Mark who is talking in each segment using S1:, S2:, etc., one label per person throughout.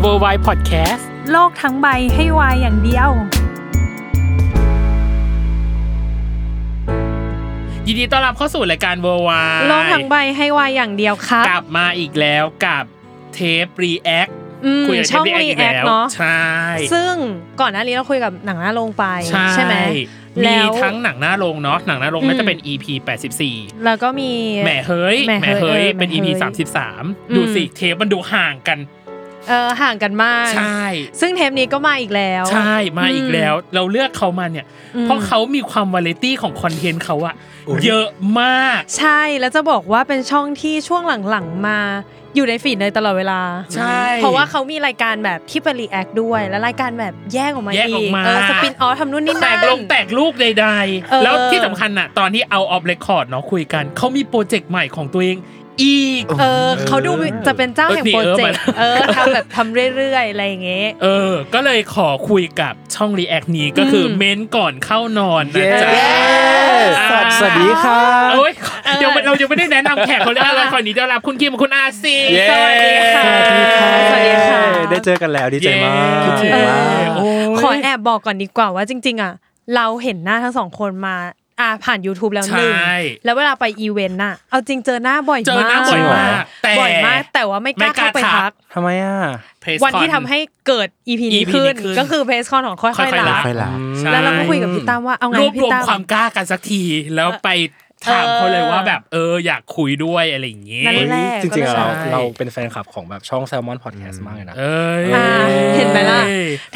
S1: เวอร์ไวพอดแคสต์
S2: โลกทั้งใบให้วายอย่างเดียว
S1: ยินดีต้อนรับเข้าสู่รายการเวอร์ไว
S2: โลกทั้งใบให้วายอย่างเดียวครับ
S1: กลับมาอีกแล้วกับเทปรีแอค
S2: อืม
S1: คุยกับเท
S2: ช่
S1: ป
S2: อง
S1: รีแอค
S2: รี
S1: อีก
S2: แอค
S1: แล้ว
S2: เนาะ
S1: ใช่
S2: ซึ่งก่อนหน้านี้เราคุยกับหนังหน้าลงไปไหม
S1: มี
S2: แล้ว
S1: ทั้งหนังหน้าโรงเนาะหนังหน้าโรงน่าจะ
S2: อืม
S1: เป็น EP 84
S2: แล้วก็มี
S1: แหม่เฮ้ย
S2: แหม่
S1: แหม่เฮ้ย
S2: เฮ้ย
S1: เป็น
S2: แหม่
S1: EP
S2: เฮ้ย
S1: 33
S2: ม
S1: ดูสิเทปมันดูห่างกัน
S2: เออห่างกันมาก
S1: ใช่
S2: ซึ่งเทปนี้ก็มาอีกแล้ว
S1: ใช่มาอีกแล้ว เราเลือกเขามาเนี่ย
S2: อืม
S1: เพราะเขามีความวาเลตี้ของคอนเทนต์เขาอะเยอะมาก
S2: ใช่แล้วจะบอกว่าเป็นช่องที่ช่วงหลังๆมาอยู่ในฟีดเลยตลอดเวลา
S1: ใช่
S2: เพราะว่าเขามีรายการแบบที่เป็นรีแอคด้วย และรายการแบบแยกออกมา
S1: แยกออกมา
S2: เออสปินออฟทำนู่นนี่
S1: แต
S2: นั่น
S1: กลงแตกลูกใด
S2: เอ
S1: ๆ
S2: อ
S1: แล้วที่สำคัญน่ะ ตอนที่เอาออฟเรคคอร์ดเนาะคุยกัน เขามีโปรเจกต์ใหม่ของตัวเองอีก
S2: เออเขาดูจะเป็นเจ้าแห่ง
S1: เออ
S2: โปรเจกต์
S1: เอ
S2: เอ
S1: อ
S2: อ
S1: มา
S2: ทำแบบทำเรื่อยๆ อะไรอย่างเงี้ย
S1: เออ ก็เลยขอคุยกับช่องรีแอคนี้ก็คืออ
S2: ม
S1: เม้นก่อนเข้านอนนะจ๊ะ
S3: สวัสสวัสดีค่ะ
S1: เอ้ยเดี๋ยวเรายังไม่ได้แนะนำแขกคนแรกเลยขอหนีต้อนรับคุณคิมกับคุณอาซีสวัสดีค่ะ
S2: สวัสดีค่ะ
S3: ได้เจอกันแล้วดีใจมาก
S1: เย้
S3: คิดถึง
S2: เอ
S3: มา
S2: อก ขอแอบบอกก่อนดีกว่าว่าจริง ๆ อ่ะ เราเห็นหน้าทั้งสองคนมาอ่าผ่าน YouTube แล้วหนึ่ง
S1: ใช่
S2: แล้วเวลาไปอีเวนต์น่ะเอาจริงเจอหน้าบ่อยมาก
S1: เจอหน้าบ่อยมากแต่
S2: บ่อยมากแต่ว่าไม่กล้าเข้าไปทัก
S3: ทำไมอ่ะ
S2: วันที่ทำให้เกิด EP นี้
S1: EP
S2: ขึ้
S1: นี้
S2: น
S1: ขึ้น
S2: ก็คือเพจคอนของค่อย
S1: ค่อยๆ
S2: ๆ
S1: รั
S2: ลั
S1: ก
S2: บ
S3: ไม่หลับ
S1: ใช่
S2: แล้วเราก็คุยกับพี่ตั้มว่าเอาไง
S1: รวบร
S2: พี่
S1: วม
S2: ตั้ม
S1: ความกล้ากันสักทีแล้วไปถามเขาเลยว่าแบบเอออยากคุยด้วยอะไรอย่างเงี้ย
S2: นั่นแหละ
S3: จริงๆอะเรา
S1: ใช่
S3: เราเป็นแฟนคลับของแบบช่องแซลมอนพอดแคสต์มากเลยนะ
S1: เอ้ย
S2: อ่าเห็นไหมล่ะ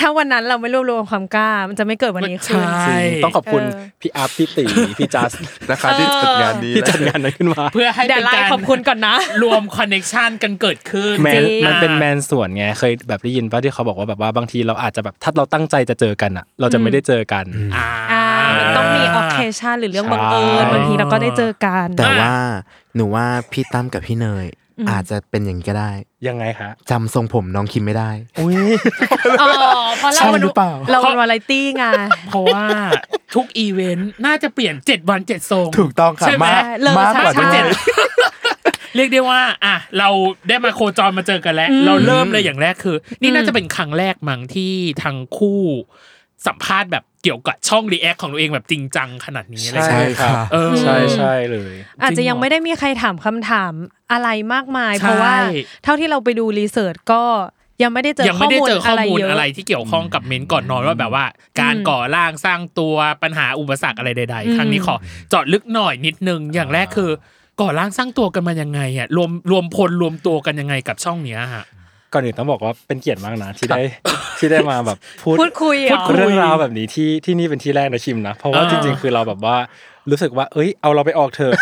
S2: ถ้าวันนั้นเราไม่รวบรวมความกล้า มันจะไม่เกิดวันนี้ขึ้น
S1: ใช่
S3: จริง ต้องขอบคุณ
S2: เออ
S3: พี่อัพพี่ตีพี่จัส
S4: นะคะที่จัดงานนี้
S3: ที่
S4: และ
S3: จัดงานนั้นขึ้นมา
S1: เพื่อให้
S2: เดี๋
S1: เป็
S2: ยวน ไล่
S1: การ
S2: ขอบคุณก่อนนะ
S1: รวมคอนเน t ชันกันเกิดขึ้น
S3: แมน
S1: อ่า
S3: มันเป็นแมนส่วนไงเคยแบบได้ยินป่ะที่เขาบอกว่าแบบว่าบางทีเราอาจจะแบบถ้าเราตั้งใจจะเจอกันอ่ะ เราจะไม่ได้เจอกัน
S2: อ่ามันต้องมี occasion หรือเรื่องบังเอิญ
S3: ใช่
S2: บางทีเราก็ได้เจอกัน
S4: แต่ว่าหนูว่าพี่ตั้มกับพี่เนย อาจจะเป็นอย่างนี้ก็ได้
S3: ยังไงคะ
S4: จำทรงผมน้องคิมไม่ได้
S3: อุ้ย
S2: อ๋อเพราะเรา
S3: ใช่หรือเปล่า
S2: เราเป็นวาไรตี้ไง
S1: เพราะว่าทุกอีเวนต์น่าจะเปลี่ยน 7 วัน 7 ทรง
S4: ถูกต้องค่ะ
S1: ใช่ไหม
S4: มาก
S2: เลิก
S4: มาก
S2: ใช่
S4: กว่าที่
S2: ใช่
S4: เจ็ด
S1: เรียกได้ว่า อ่ะ เราได้มาโคจรมาเจอกันแล้ว เราเริ่มเลยอย่างแรกคือ นี่น่าจะเป็นครั้งแรกมั้งที่ทางคู่สัมภาษณ์แบบเกี่ยวกับช่องรีแอคของตัวเองแบบจริงจังขนาดนี้อะไรอย่าง
S3: ใช่
S1: เงี้ย
S3: ค่ะ
S1: เออ
S3: ใช่ใช่เลย
S2: อาจจะยังไม่ได้มีใครถามคำถามอะไรมากมาย
S1: ใช่
S2: เพราะว่าเท่าที่เราไปดูรีเสิร์ชก็ยังไม่ได้เจอ
S1: ยัง
S2: ข้
S1: ไม่
S2: อ
S1: ได้
S2: มูล
S1: เจอข้
S2: อะ
S1: อ
S2: ไร
S1: มูล
S2: เยอะ
S1: อะไรที่เกี่ยวข้องกับเมนท์ก่อนนอนว่าแบบว่า การก่อร่างสร้างตัวปัญหาอุปสรรคอะไรใด
S2: อื
S1: ๆ
S2: ม
S1: ครั้งนี้ขอเจาะลึกหน่อยนิดนึง อย่างแรกคือ ก่อร่างสร้างตัวกันมายังไงอ่ะรวมรวมพลรวมตัวกันยังไงกับช่องเนี้ยฮะ
S3: ก่อนอื่นต้องบอกว่าเป็นเกียรติมากนะที่ได้ที่ได้มาแบบพูด
S2: พูดคุย
S1: พู
S2: เหร
S1: ด
S2: อ
S1: คุย
S3: เรื่องราวแบบนี้ที่ที่นี่เป็นที่แรกนะคิมนะ เพราะว่า
S1: อ่า
S3: จริงๆ คือเราแบบว่ารู้สึกว่า เอ้ยเอาเราไปออกเถอะ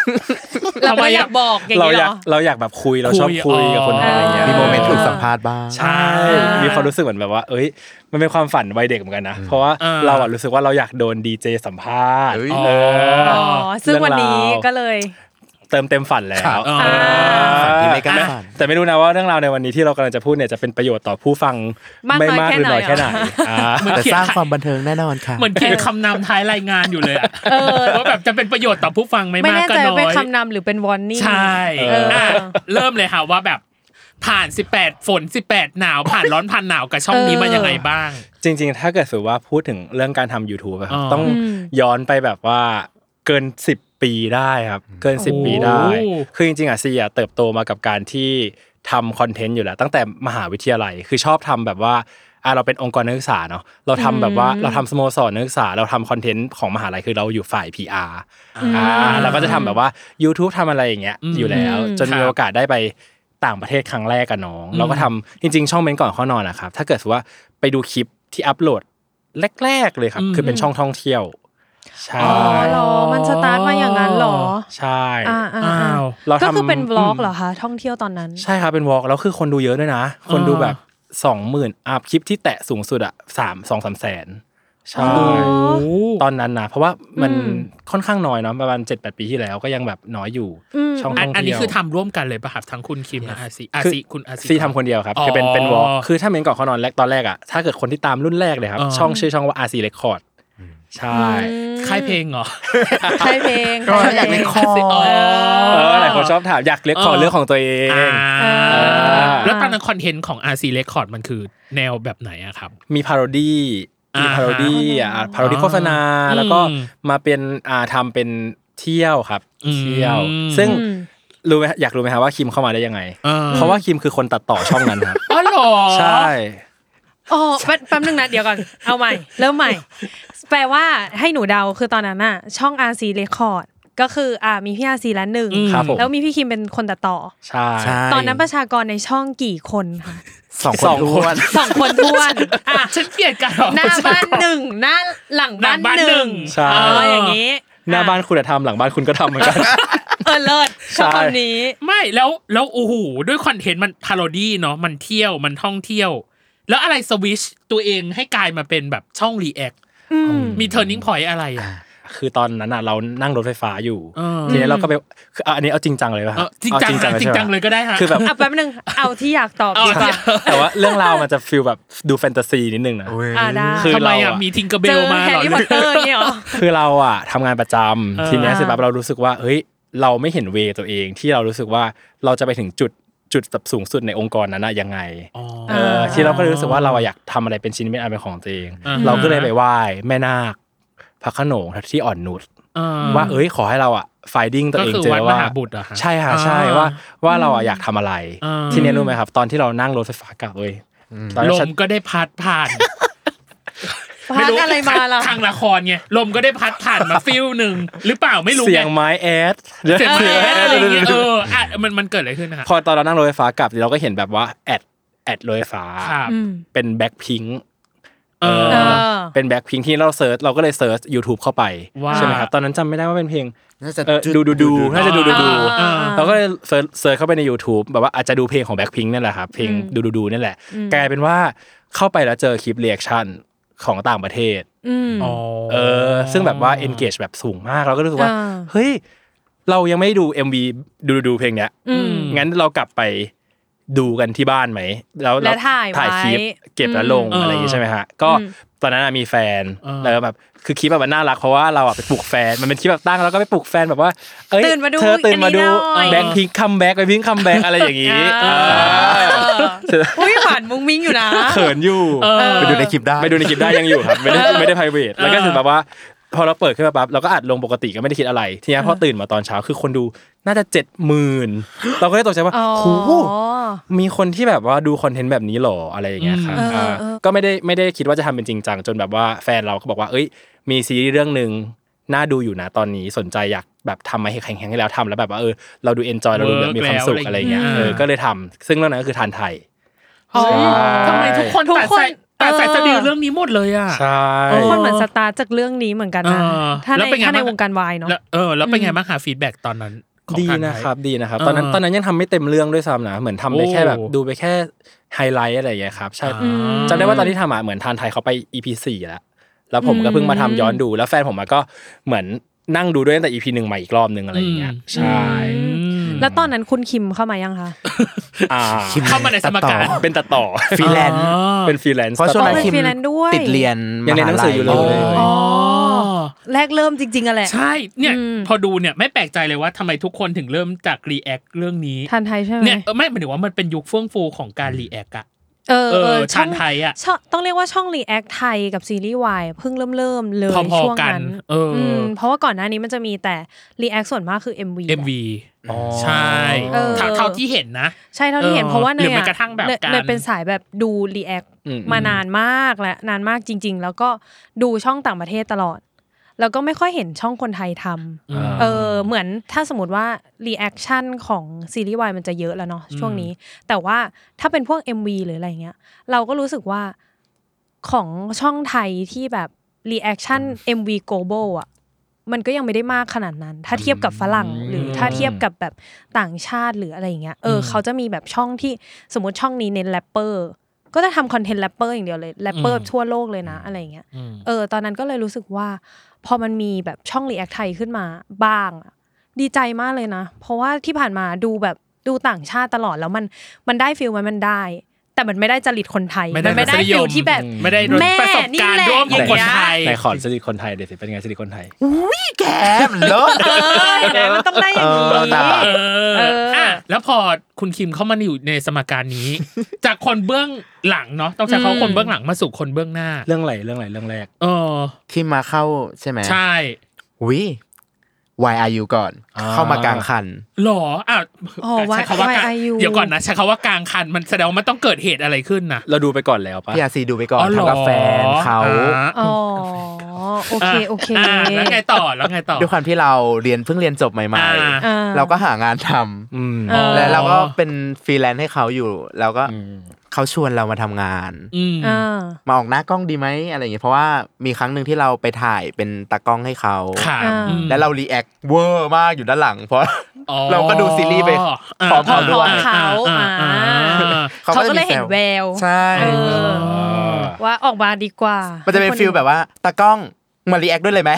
S2: เราไม่อยากบอกอย่าง
S3: เรา
S2: นี้
S3: อ
S2: เหร
S3: ยาก
S2: อ
S3: เราอยากแบบคุยเราชอบ
S1: คุย
S3: คุยกับคน
S1: อ๋ออ
S3: อะไรอย่างเงี้ย
S4: มีโมเมนต์ถูก
S2: อ่า
S4: สัมภาษณ์บ้าง
S3: ใช่มีความรู้สึกเหมือนแบบว่า เอ้ย มันเป็นความฝันวัยเด็กเหมือนกันนะ เพราะว่า
S1: อ่า
S3: เราอะรู้สึกว่าเราอยากโดนดีเจสัมภาษณ์
S4: เอ้ย
S3: เออ
S2: อ๋อซึ่งวันนี้
S3: เรื่องราว
S2: ก็เลย
S3: เติมเต็มฝันแล้ว
S1: อ๋อ
S3: เออ
S4: ฝันที่ไม่กล้าฝัน
S3: แต่ไม่รู้นะว่าเรื่องราวในวันนี้ที่เรากำลังจะพูดเนี่ยจะเป็นประโยชน์ต่อผู้ฟัง
S2: มาก
S3: ไม่
S2: น้อย
S3: มาก
S2: แค่
S3: หรือน้อย
S2: ไหน
S3: แค่
S2: เห
S3: ไห
S2: ร
S3: น
S2: อ
S3: อ่า
S4: แต่สร้างความบันเทิงแน่นอนค่ะ
S1: เหมือนเขียนคำนำท้ายรายงานอยู่เลยอะว่าแบบจะเป็นประโยชน์ต่อผู้ฟังไหม
S2: ไม่
S1: มาก
S2: แน่
S1: ก็
S2: ใจ
S1: น้อ
S2: เป็น
S1: ย
S2: คำนำหรือเป็นวอร์นิ่ง
S1: ใช่
S2: เอออ่
S1: ะเริ่มเลยค่ะว่าแบบผ่าน 18 ฝน 18 หนาว ผ่านร้อนผ่านหนาวกับช่องนี้มายังไงบ้าง
S3: จริง ๆ ถ้าเกิดสมมติว่าพูดถึงเรื่องการทำ YouTube อะครั
S1: อ๋
S3: บ
S1: อ
S3: ต้อง
S2: อืม
S3: ย้อนไปแบบว่าเกิน 10 ปีได้ครับ เกิน 10 ปีได้
S1: โอ้
S3: คือจริง ๆอ่ะซีอ่ะเติบโตมากับการที่ทำคอนเทนต์อยู่แล้ว ตั้งแต่มหาวิทยาลัยคือชอบทำแบบว่าอ่ะเราเป็นองค์กรนักศึกษาเนาะเราทำแบบว่าเราทำสโมสรนักศึกษาเราทำคอนเทนต์ของมหาลัยคือเราอยู่ฝ่าย PR อ่าเราก็จะทำแบบว่า YouTube ทำอะไรอย่างเงี้ย
S1: อืม
S3: อยู่แล้ว จน
S1: ครับ
S3: มีโอกาสได้ไปต่างประเทศครั้งแรกกับน้อง เราก็ทำจริง ๆ ช่องเม้นก่อนเข้านอนนะครับ ถ้าเกิดสมมุติว่าไปดูคลิปที่อัปโหลดแรก ๆ เลยครับ
S1: อืม
S3: คือเป็นช่องท่องเที่ยว ใช่
S1: อ๋อ
S2: อ๋อเหรอมันสตาร์ทมาอย่างนั้นเหรอ
S3: ใช่
S2: อ่าอ่า
S1: อ้า
S2: อ่าว
S3: เราทำ
S2: ก็คือเป็นบล็อก
S3: ม
S2: เหรอคะท่องเที่ยวตอนนั้น
S3: ใช่ครับ เป็นวอล์กแล้วคือคนดูเยอะด้วยนะ คนดูแบบสองหมื่นอัพคลิปที่แตะสูงสุดอะสามสองสามแสนใช่ ตอนนั้นนะเพราะว่ามัน
S2: อืม
S3: ค่อนข้างน้อยเนาะประมาณ7จปีที่แล้วก็ยังแบบน้อยอยู่ช่อง
S1: อั
S3: ท่
S1: น
S3: อง
S1: อัน
S3: เที่
S1: นี้
S3: ยว
S1: คือทำร่วมกันเลยป่ะครับทั้งคุณคิมและอาซีอาซีคุณอาซี
S3: ซีทำคนเดียวครับ
S1: อ๋อ
S3: คือเป็นเป็นวอล์กคือถ้าเมนก่อนเขานอนแรกตอนแรกอ่ะถ้าเกิดคนที่ตามรุ่นแรกเลยครับ
S1: อ่า
S3: ช่องชื่อช่องว่า RC Record ใช่
S1: ค่ายเพลงเหรอ
S2: ใช่เพลง
S1: ก็อยากเล่นคอร์ด
S2: เ
S3: เออหลายคนชอบถามอยากเล็กขอ
S1: อ่า
S3: เรื่องของตัวเอง
S1: อ่า
S3: อ
S1: แล้วตอนนั้นคอนเทนต์ของ RC Record มันคือแนวแบบไหนอะครับ
S3: มีพาโรดี้มี
S1: อ่าฮะ
S3: พาโรดี้อ่ะพาโรดี้โฆษณา
S1: อืม
S3: แล้วก็มาเป็นอ่าทำเป็นเที่ยวครับ
S1: อืม
S3: เที่ยว ซึ่ง
S2: อืม
S3: รู้ไหมอยากรู้ไหมครับว่าคิมเข้ามาได้ยังไง
S1: ออ
S3: เพราะว่าคิมคือคนตัดต่อช่องนั้นครับ
S1: อ๋อเหรอ
S3: ใช่
S2: อ๋อแป๊บแป๊บนึงนะ เดี๋ยวก่อน เอาใหม่ เริ่มใหม่ แปลว่าให้หนูเดาคือตอนนั้นน่ะ ช่อง RC Record ก็คืออ่ามีพี่ RC แล้วหนึ่ง
S1: อืม
S3: ครับผม
S2: แล้วมีพี่คิมเป็นคนตัดต่อ
S3: ใช่
S4: ใช่
S2: ตอนนั้นประชากรในช่องกี่คนคะ
S4: สอง
S3: สอง
S4: ค
S3: คน น
S2: สองคนท้วนอ่ะ
S1: ฉันเกลียดการออก
S2: หน้าบ้านหนึ่งหน้าหลัง
S1: หนั
S2: บ้าง น
S1: บ้าน
S2: ห
S1: ห
S2: นึ่
S1: นึ่
S2: ง
S1: ง
S3: ใช่
S2: เอออย่างนี้
S3: หน้าบ้านคุณธรรมหลังบ้านคุณก็ทำเหมือนกัน
S2: เออเลิศชอบ
S3: ใช่
S2: คำนี้
S1: ไม่แล้วแล้วโอ้โหด้วยคอนเทนต์มันพาโรดี้เนาะมันเที่ยวมันท่องเที่ยว แล้วอะไรสวิชตัวเองให้กลายมาเป็นแบบช่องรีแอคมีเทอร์นิ่งพอยอะไรอะ
S3: คือตอนนั้นน่ะเรานั่งรถไฟฟ้าอยู่
S1: เออ
S3: ทีนี้เราก็ไปคืออ่ะอันนี้เอาจริงจังเลยป่ะ
S1: เออจริงจัง
S3: อา
S1: นะจริงจังเลย
S3: ใช่ปะ
S1: ก็ได้ฮะ
S3: คือแบบ
S2: อ่ะแป๊บนึง เอาที่อยากตอบ
S1: เอา
S2: ดีกว่า
S1: ที่
S3: แต่ว่าเรื่องราวมันจะฟิลแบบดูแฟนตาซีนิดนึงนะ
S4: โอ้ย
S2: อ่ะได้
S3: คือ
S1: ทำไม
S3: เรา
S1: อะ
S3: อะ
S1: มีทิงเกอร์เบ
S2: เจ
S1: ล
S2: อ
S1: มา
S2: แฮ
S1: เหร
S2: ร์
S1: อ
S2: รี่พอ ตเตอร์เนี่ยเหรอ
S3: คือเราอ่ะทำงานประจำ
S1: เออ
S3: ทีเนี้ย
S2: อ่า
S3: เสร็จปั๊บเรารู้สึกว่าเฮ้ยเราไม่เห็นเวย์ตัวเองที่เรารู้สึกว่าเราจะไปถึงจุดจุดแบบสูงสุดในองค์กรนั้นน่ะยังไง
S1: อ๋อ
S3: เออที่เราก็เลยรู้สึกว่าเราอะอยากทำอะไรเป็นชิ้นเป็นอันเป็นของตัวเอง
S1: อ่า
S3: เราก็เลยไปไหว้แม่นาคพระโขนงที่อ่อนนุช
S1: อ่า
S3: ว่าเอ้ยขอให้เราอะ finding ตัวเอง
S1: ก็คือ
S3: เจ
S1: วั
S3: อ
S1: ดม
S3: ว่า
S1: หาบุตรเหรอฮะ
S3: ใช่ค่ะ
S1: อ่า
S3: ใช่ว่าว่าเราอะอยากทำอะไร
S1: อ่า
S3: ที่เนี้ยรู้ไหมครับ ตอนที่เรานั่งรถไฟฟ้ากลับเว้ยตอน
S1: ล
S3: นั้นฉั
S1: ม
S3: น
S1: ก็ได้พัดผ่าน
S2: พัดอะไรมาล่ะ
S1: ทางละครไงลมก็ได้พัดผ่านมาฟิลหนึ่งหรือเปล่าไม่รู้ไ
S3: เสียงไม้แอด
S1: เสียง
S3: เสียง
S1: แอ
S3: ไม้
S1: ดอะ
S3: แอด
S1: ไรอย่างเงี้ยเอออ่ะมันมันเกิดอะไรขึ้นนะฮะ
S3: พอตอนเรานั่งรถไฟฟ้ากลับเราก็เห็นแบบว่าแอดแอดรถไฟฟ้า
S1: ครับ
S2: อืม
S3: เป็นแบ็คพิง
S1: เออ
S2: เออ
S3: เป็นแบ็คพิงที่เราเซิร์ชเราก็เลยเซิร์ช YouTube เข้าไป
S1: ว่า
S3: ใช่ไหมครับตอนนั้นจำไม่ได้ว่าเป็นเพลง
S4: น่าจะ
S3: เออดูดูดูน่าจะดูดูดู
S1: อ่า
S3: เราก็เลยเซิร์ชเซิร์ชเข้าไปใน YouTube แบบว่าอาจจะดูเพลงของแบ็คพิงนั่นแหละครับเพลงดูดูดูนั่นแหละ กลายเป็นว่าเข้าไปแล้วเจอคลิปเรีแอคชั่นของต่างประเทศ
S2: อืม
S1: อ๋อ
S3: เออซึ่งแบบว่า engage แบบสูงมากเราก็รู้สึกว่า
S2: อ่า
S3: เฮ้ยเรายังไม่ได้ดู MV ดูดูดูเพลงเนี้ย
S2: อืม
S3: งั้นเรากลับไปดูกันที่บ้านไหมแล้ว
S2: แล้ว
S3: เรา
S2: ถ่ายไว้
S3: ถ่ายคลิปเก็บแล้วลง
S1: อืม
S3: อะไรอย่างงี้ใช่ไหมฮะก็ตอนนั้นอะมีแฟนแล้วแบบคือคลิปแบบมันน่ารักเพราะว่าเราอะไปปลุกแฟนมันเป็นคลิปแบบตั้งแล้วก็ไปปลุกแฟนแบบว่าเอ้ย
S2: ตื่นมาดู
S3: เธอตื่นมาดู
S2: อันนี้หน่อย
S3: แบงค์พิงคัมแบ็กไปพิงคัมแบ็กอะไรอย่างงี้
S2: เออ
S3: เออ
S2: อุ้ยหวานมุ้งมิ้งอยู่นะ
S3: เขินอยู่
S4: ไปดูในคลิปได้
S3: ไปดูในคลิปได้ยังอยู่ครับ ไม่ได้ไม่ได้ private แล้วก็ถึงแบบว่า พอเราเปิดขึ้นมาปั๊บเราก็อัดลงปกติก็ไม่ได้คิดอะไร ทีนี้พอตื่นมาตอนเช้าคือคนดูน่าจะเจ็ดหมื่นเราก็เลยตกใจว่า
S2: อ๋อ
S3: โห มีคนที่แบบว่าดูคอนเทนต์แบบนี้หรออะไรอย่างเงี้ยครับ
S2: อืม
S3: อ่า
S2: เออเออ
S3: ก็ไม่ได้ไม่ได้คิดว่าจะทำเป็นจริงจังจนแบบว่าแฟนเราก็บอกว่า เอ้ย มีซีรีส์เรื่องหนึ่งน่าดูอยู่นะตอนนี้สนใจอยากแบบทำมาให้แข็งๆให้แล้วทำแล้วแบบว่าเออเราดูเอนจอยเราดูแบบมีความสุขอะไรอย่างเงี้ย
S1: เวิร์ก
S3: เอ
S1: แล้วอะไรอย่างเงี้ย
S3: อก็เลยทำซึ่งเรื่องนั้นก็คือทานไทย
S1: เฮ้ยทำไมทุกคน
S2: ทุก
S1: ตัด
S2: คน
S1: สายตัดสาย
S2: เออ
S1: สะดือเรื่องนี้หมดเลยอ่ะ
S3: ใช่
S1: เอ
S2: ค
S1: อ
S2: นเหมือนสตาร์ทจากเรื่องนี้เหมือนกันนะ
S1: เออ
S2: ถ้า
S1: แล้ว
S2: ใน
S1: เป็นไง
S2: ถ้าใน
S1: บ้าง
S2: วงการวายเนาะ
S1: แล้วเออแล้วเป็นไงบ้างหาฟีดแบ็กตอนนั้นของ
S3: ดี
S1: ทางไทย
S3: นะครับดีนะครับ
S1: เออ
S3: ตอนนั้นตอนนั้นยังทำไม่เต็มเรื่องด้วยซ้ำนะเหมือนทำไปแค่แบบ
S1: โอ้
S3: ดูไปแค่ไฮไลท์อะไรอย่างเงี้ยครับใช่
S1: อ่า
S3: จำได้ว่าตอนที่ทำอ่ะเหมือนทานไทยเขาไป EP สี่แล้วแล้วผมก็เพิ่งมาทำย้อนดูแล้วแฟนผมอะก็เหมือนนั่งดูด้วยตั้งแต่ EP หนึ่งมาอีกรอบหนึ่งอะไรอย่างเงี้ย
S1: อืม
S3: ใช่
S2: แล้วตอนนั้นคุณคิมเข้ามายังคะ
S3: อ่า
S1: เข้ามาในสมการ
S3: เป็นตัดต่อ
S4: ฟรีแลนซ์
S1: อ๋อ
S3: เป็นฟรีแลนซ์
S4: เพราะช่วงนั้น
S3: ตัด
S2: เป็
S3: ต่อ
S4: คิ
S2: น
S4: ม
S2: freelance ด้วย
S4: ติดเรียน
S3: ยังเรียนหนังสืออยู่เลย
S4: มหา
S1: อ๋
S4: ลั
S1: อ
S2: แรกเริ่มจริงๆอะแหละ
S1: ใช่เนี่ย
S2: อืม
S1: พอดูเนี่ยไม่แปลกใจเลยว่าทำไมทุกคนถึงเริ่มจากรีแอคเรื่องนี้
S2: ทันไทยใช่ไหม
S1: เนี่ยเออไม่หมายถึงว่ามันเป็นยุคเฟื่องฟูของการรีแอคอะ
S2: เออ
S1: เอ
S2: เอ
S1: อ
S2: อ
S1: ชานไทยอ่ะ
S2: ช่องต้องเรียกว่าช่องรีแอคไทยกับซีรีส์วายเพิ่งเริ่มเริ่มๆเลย
S1: พอๆ
S2: ช่วง
S1: กัน
S2: นั้น
S1: เอออื
S2: มเพราะว่าก่อนหน้านี้มันจะมีแต่รีแอคส่วนมากคือ MV อะ
S1: MV
S3: อ๋อ
S1: ใช่
S2: เออ
S1: เท่าเท่าที่เห็นนะ
S2: ใช่เท่าที่เห็น
S1: เออ
S2: เพราะว่าเนย
S1: หรือแม้กระทั่งแบบ
S2: เนย
S1: การ
S2: เนยเป็นสายแบบดูรีแอค
S3: อืม
S2: มานานมากและนานมากจริง ๆ แล้วก็ดูช่องต่างประเทศตลอด แล้วก็ไม่ค่อยเห็นช่องคนไทยทำ
S1: อืม
S2: เออเหมือนถ้าสมมติว่ารีแอคชั่นของซีรีส์วายมันจะเยอะแล้วเนาะช่วงนี้ แต่ว่าถ้าเป็นพวก MV หรืออะไรเงี้ย เราก็รู้สึกว่าของช่องไทยที่แบบรีแอคชั่น MV global อ่ะมันก็ยังไม่ได้มากขนาดนั้น ถ้าเทียบกับฝรั่งหรือถ้าเทียบกับแบบต่างชาติหรืออะไรอย่างเงี้ยเอออ
S1: ม
S2: เขาจะมีแบบช่องที่สมมติช่องนี้เน้นแรปเปอร์ก็จะทำคอนเทนต์แรปเปอร์อย่างเดียวเลยแรปเปอร์ทั่วโลกเลยนะอะไรอย่างเงี้ย
S1: อืม
S2: เออตอนนั้นก็เลยรู้สึกว่า พอมันมีแบบช่องรีแอคไทยขึ้นมาบ้างอะดีใจมากเลยนะ เพราะว่าที่ผ่านมาดูแบบดูต่างชาติตลอดแล้วมันมันได้ฟิลไหมมันได้ แต่มันไม่ได้จริตคนไทย
S1: ไม่ได้
S2: นไม่ได้
S1: รสนิยม
S2: ฟิลที่แบบ
S1: ไม่ได้
S2: แม่
S1: ประสบการ
S2: นี่
S1: ณ์
S2: แหละ
S1: ร่วมของคน
S2: อย่างเงี้ย
S1: ไทย
S3: ในขอดสิริคนไทยเดี๋ยวสิเป็นไงสิริคนไทย
S4: แกมเลิศ
S2: เออเห็นไหมมันต้องได้อย่างนี้
S4: เออตาม
S1: เออ
S2: เอออ่
S1: อ่ะแล้วพอคุณคิมเข้ามาอยู่ในสมการนี้ จากคนเบื้องหลังเนาะต้องใช้เขา
S2: อืม
S1: คนเบื้องหลังมาสู่คนเบื้องหน้า
S3: เรื่องอะไรเรื่องอะไรเรื่องแรก
S1: เออ
S4: ที่มาเข้าใช่ไหม
S1: ใช่
S4: วิ Why are you ก่อน
S3: อ่า
S4: เข้ามากลางคัน
S1: หรออ่ะ
S2: อ๋อ
S1: ใช้คำว่ากลาง
S2: YIU
S1: เดี๋ยวก่อนนะใช้คำว่ากลางคันมันแสดงว่ามันต้องเกิดเหตุอะไรขึ้นนะ
S3: เราดูไปก่อนแล้วปะ
S4: พี่อาซีดูไปก่อน
S1: อ๋อเหรอ
S4: ทำกับแฟนเขา
S1: อ่า
S2: อ๋อโอเคโอเค
S1: อ่ะแล้วไงต่อแล้วไงต่อ
S4: ด้วยความที่เราเรียนเพิ่งเรียนจบใหม่
S1: อ่า
S4: ๆ เราก็หางานทำ
S3: อืม
S2: เออ
S4: และเราก็เป็นฟรีแลนซ์ให้เขาอยู่ แล้วก็
S3: ม
S4: เขาชวนเรามาทำงาน
S1: อืม
S2: อ่า
S4: มาออกหน้ากล้องดีไหมอะไรอย่างเงี้ยเพราะว่ามีครั้งหนึ่งที่เราไปถ่ายเป็นตากล้องให้เขา
S1: ค่ะอืม
S4: และเรารีแอคเวอร์มากอยู่ด้านหลัง เพราะ
S1: อ๋อ
S4: เราก็ดูซีรีส์ไปพร้อมเขาด้วย
S1: อ่
S2: เขา
S1: อ่
S2: อ่า
S1: อ่า
S2: เขาก็เลย
S4: จะมีซ
S2: เห็นแวว
S4: ใช่
S2: เออว่าออกมาดีกว่า
S4: มันจะเป็นฟิลแบบว่าตากล้องมารีแอคด้วยเลยไหม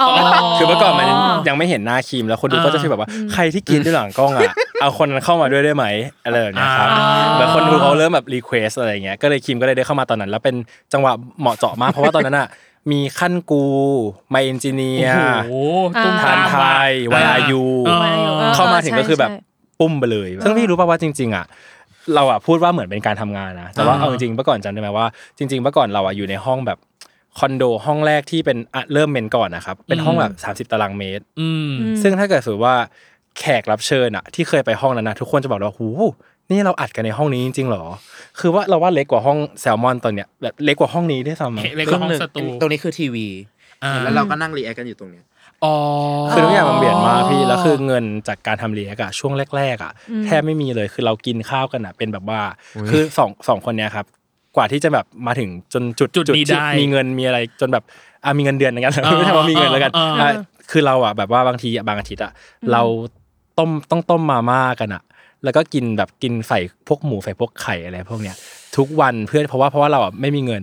S2: อ๋อ
S3: คือเมื่อก่อนมันยังไม่เห็นหน้าครีมแล้วคนดู
S1: อ่า
S3: ก็จะคิดแบบว่าใครที่กินด้วยหลังกล้องอ่ะ เอาคนนั้นเข้ามาด้วยได้ไหมอะไรแบบเนี้ยครับ
S1: อ่า
S3: แบบคนดูเขาเริ่มแบบรีเควสอะไรอย่างเงี้ยก็เลยครีมก็เลยได้เข้ามาตอนนั้น แล้วเป็นจังหวะเหมาะเจาะมากเพราะว่าตอนนั้นอ่ะมีขั้นกูไมเอนจิเนีย
S1: โอ้โหตุ้ม
S3: ทานไทย YIU
S1: เออ
S3: เข้ามาถึง
S2: เออ
S3: ก็คือแบบ
S2: ใช่
S3: ปุ้มไปเลย ซึ่งพี่รู้ป่าว่าจริง ๆอ่ะเราอ่ะพูดว่าเหมือนเป็นการทำงานนะแต่ว่า
S1: อ่า
S3: เอาจริงๆเมื่อก่อนจำได้ไหมว่าจริงๆเมื่อก่อนเราอ่ะอยู่ในห้องแบบคอนโดห้องแรกที่เป็นอ่ะเริ่มเมนก่อนนะครับเป็นห้องแบบ30 ตารางเมตร
S1: อืม
S3: ซึ่งถ้าเกิดสมมติว่าแขกรับเชิญอะที่เคยไปห้องนั้นนะทุกคนจะบอกเลยว่าหูนี่เราอัดกันในห้องนี้จริงๆหรอ คือว่าเราว่าเล็กกว่าห้องแซลมอนตอนเนี้ยแบบเล็กกว่าห้องนี้ด้วยซ้ำอะ
S1: เล็กกว่าห้องสตู
S4: ตรงนี้คือทีวี
S1: อ่า
S4: แล้วเราก็นั่งรีแอคกันอยู่ตรงเนี้ย
S1: อ๋อ
S3: คือทุกอย่างมันเปลี่ยนมากพี่แล้วคือเงินจากการทำเลี้ยงอะช่วงแรกๆอะแทบไม่มีเลยคือเรากินข้าวกันอะเป็นแบบว่า คือสองสองคนเนี้ยครับกว่าที่จะแบบมาถึงจนจุด
S1: จุดนี้
S3: ที่
S1: ได้
S3: มีเงินมีอะไรจนแบบอ่ะมีเงินเดือนนะกัน
S1: อ่า
S3: ไม่ใช่ว่ามีเงินแล้วกัน
S1: อ่า
S3: อ่ะคือเราอะแบบว่าบางทีอะบางอาทิตย์อะเราต้มต้องต้มมาม่ากันอะแล้วก็กินแบบกินใส่พวกหมูใส่พวกไข่อะไรพวกเนี้ยทุกวันเพื่อเพราะว่าเพราะว่าเราอะไม่มีเงิน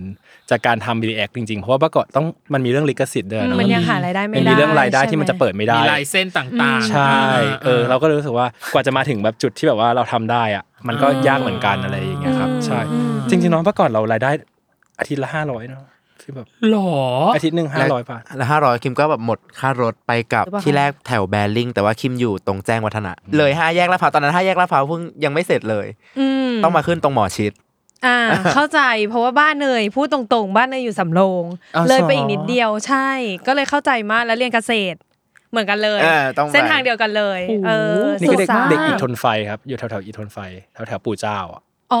S3: จากการทำบีแอคจริงๆ เพราะว่าเมื่อก่อนต้องมันมีเรื่องลิขสิทธิ์ด้วยเอะ
S2: มันยังหารายได้ไม่
S3: มัน
S2: ได้
S3: มีเรื่องรายได้ที่มัน
S2: ใช่
S3: จะ
S2: ไห
S3: เปิดไม่ได้
S1: มีลายเส้นต่างๆ
S3: ใช่ เออ เราก็เลยรู้สึกว่ากว่าจะมาถึงแบบจุดที่แบบว่าเราทำได้อะมันก็ยากเหมือนกันอะไรอย่างเงี้ยครับ
S2: อืม
S3: ใช่
S2: อืม
S3: จริงๆน้องเมื่อก่อนเรารายได้อาทิตย์ละห้าร้อยเนาะที่แบบ
S1: หรอ
S3: อาทิตย์หนึ่งห้าร้อยบาท
S4: แล้วห้าร้อยคิมก็แบบหมดค่ารถไปกลับ
S2: หรือเปล่า
S4: ที่แรกแถวแบริ่งแต่ว่าคิมอยู่ตรงแจ้งวัฒนะ เลยห้าแยกลาดพร้าวตอนนั้นห้าแยกลาดพร้าวเพิ่งยังไม่เสร็จเลย
S2: อืม
S4: ต้องมาขึ้นตรงหมอชิด
S2: อ่า เข้าใจเพราะว่าบ้านเนยพูดตรงๆ บ้านเนยอยู่สำโรง
S3: อ้าว
S2: เลยไป
S3: สอ
S2: อีกนิดเดียวใช่ ก็เลยเข้าใจมากแล้วเรียนเกษตร เหมือนกันเลย
S4: เออต้องไป
S2: เส้นทางเดียวกันเลย เออ
S3: นี่ก็เด็ก
S2: สุสาน
S3: เด็กอีทนไฟครับ อยู่แถวๆอีทนไฟแถวๆปู่เจ้าอ่ะ
S2: อ๋อ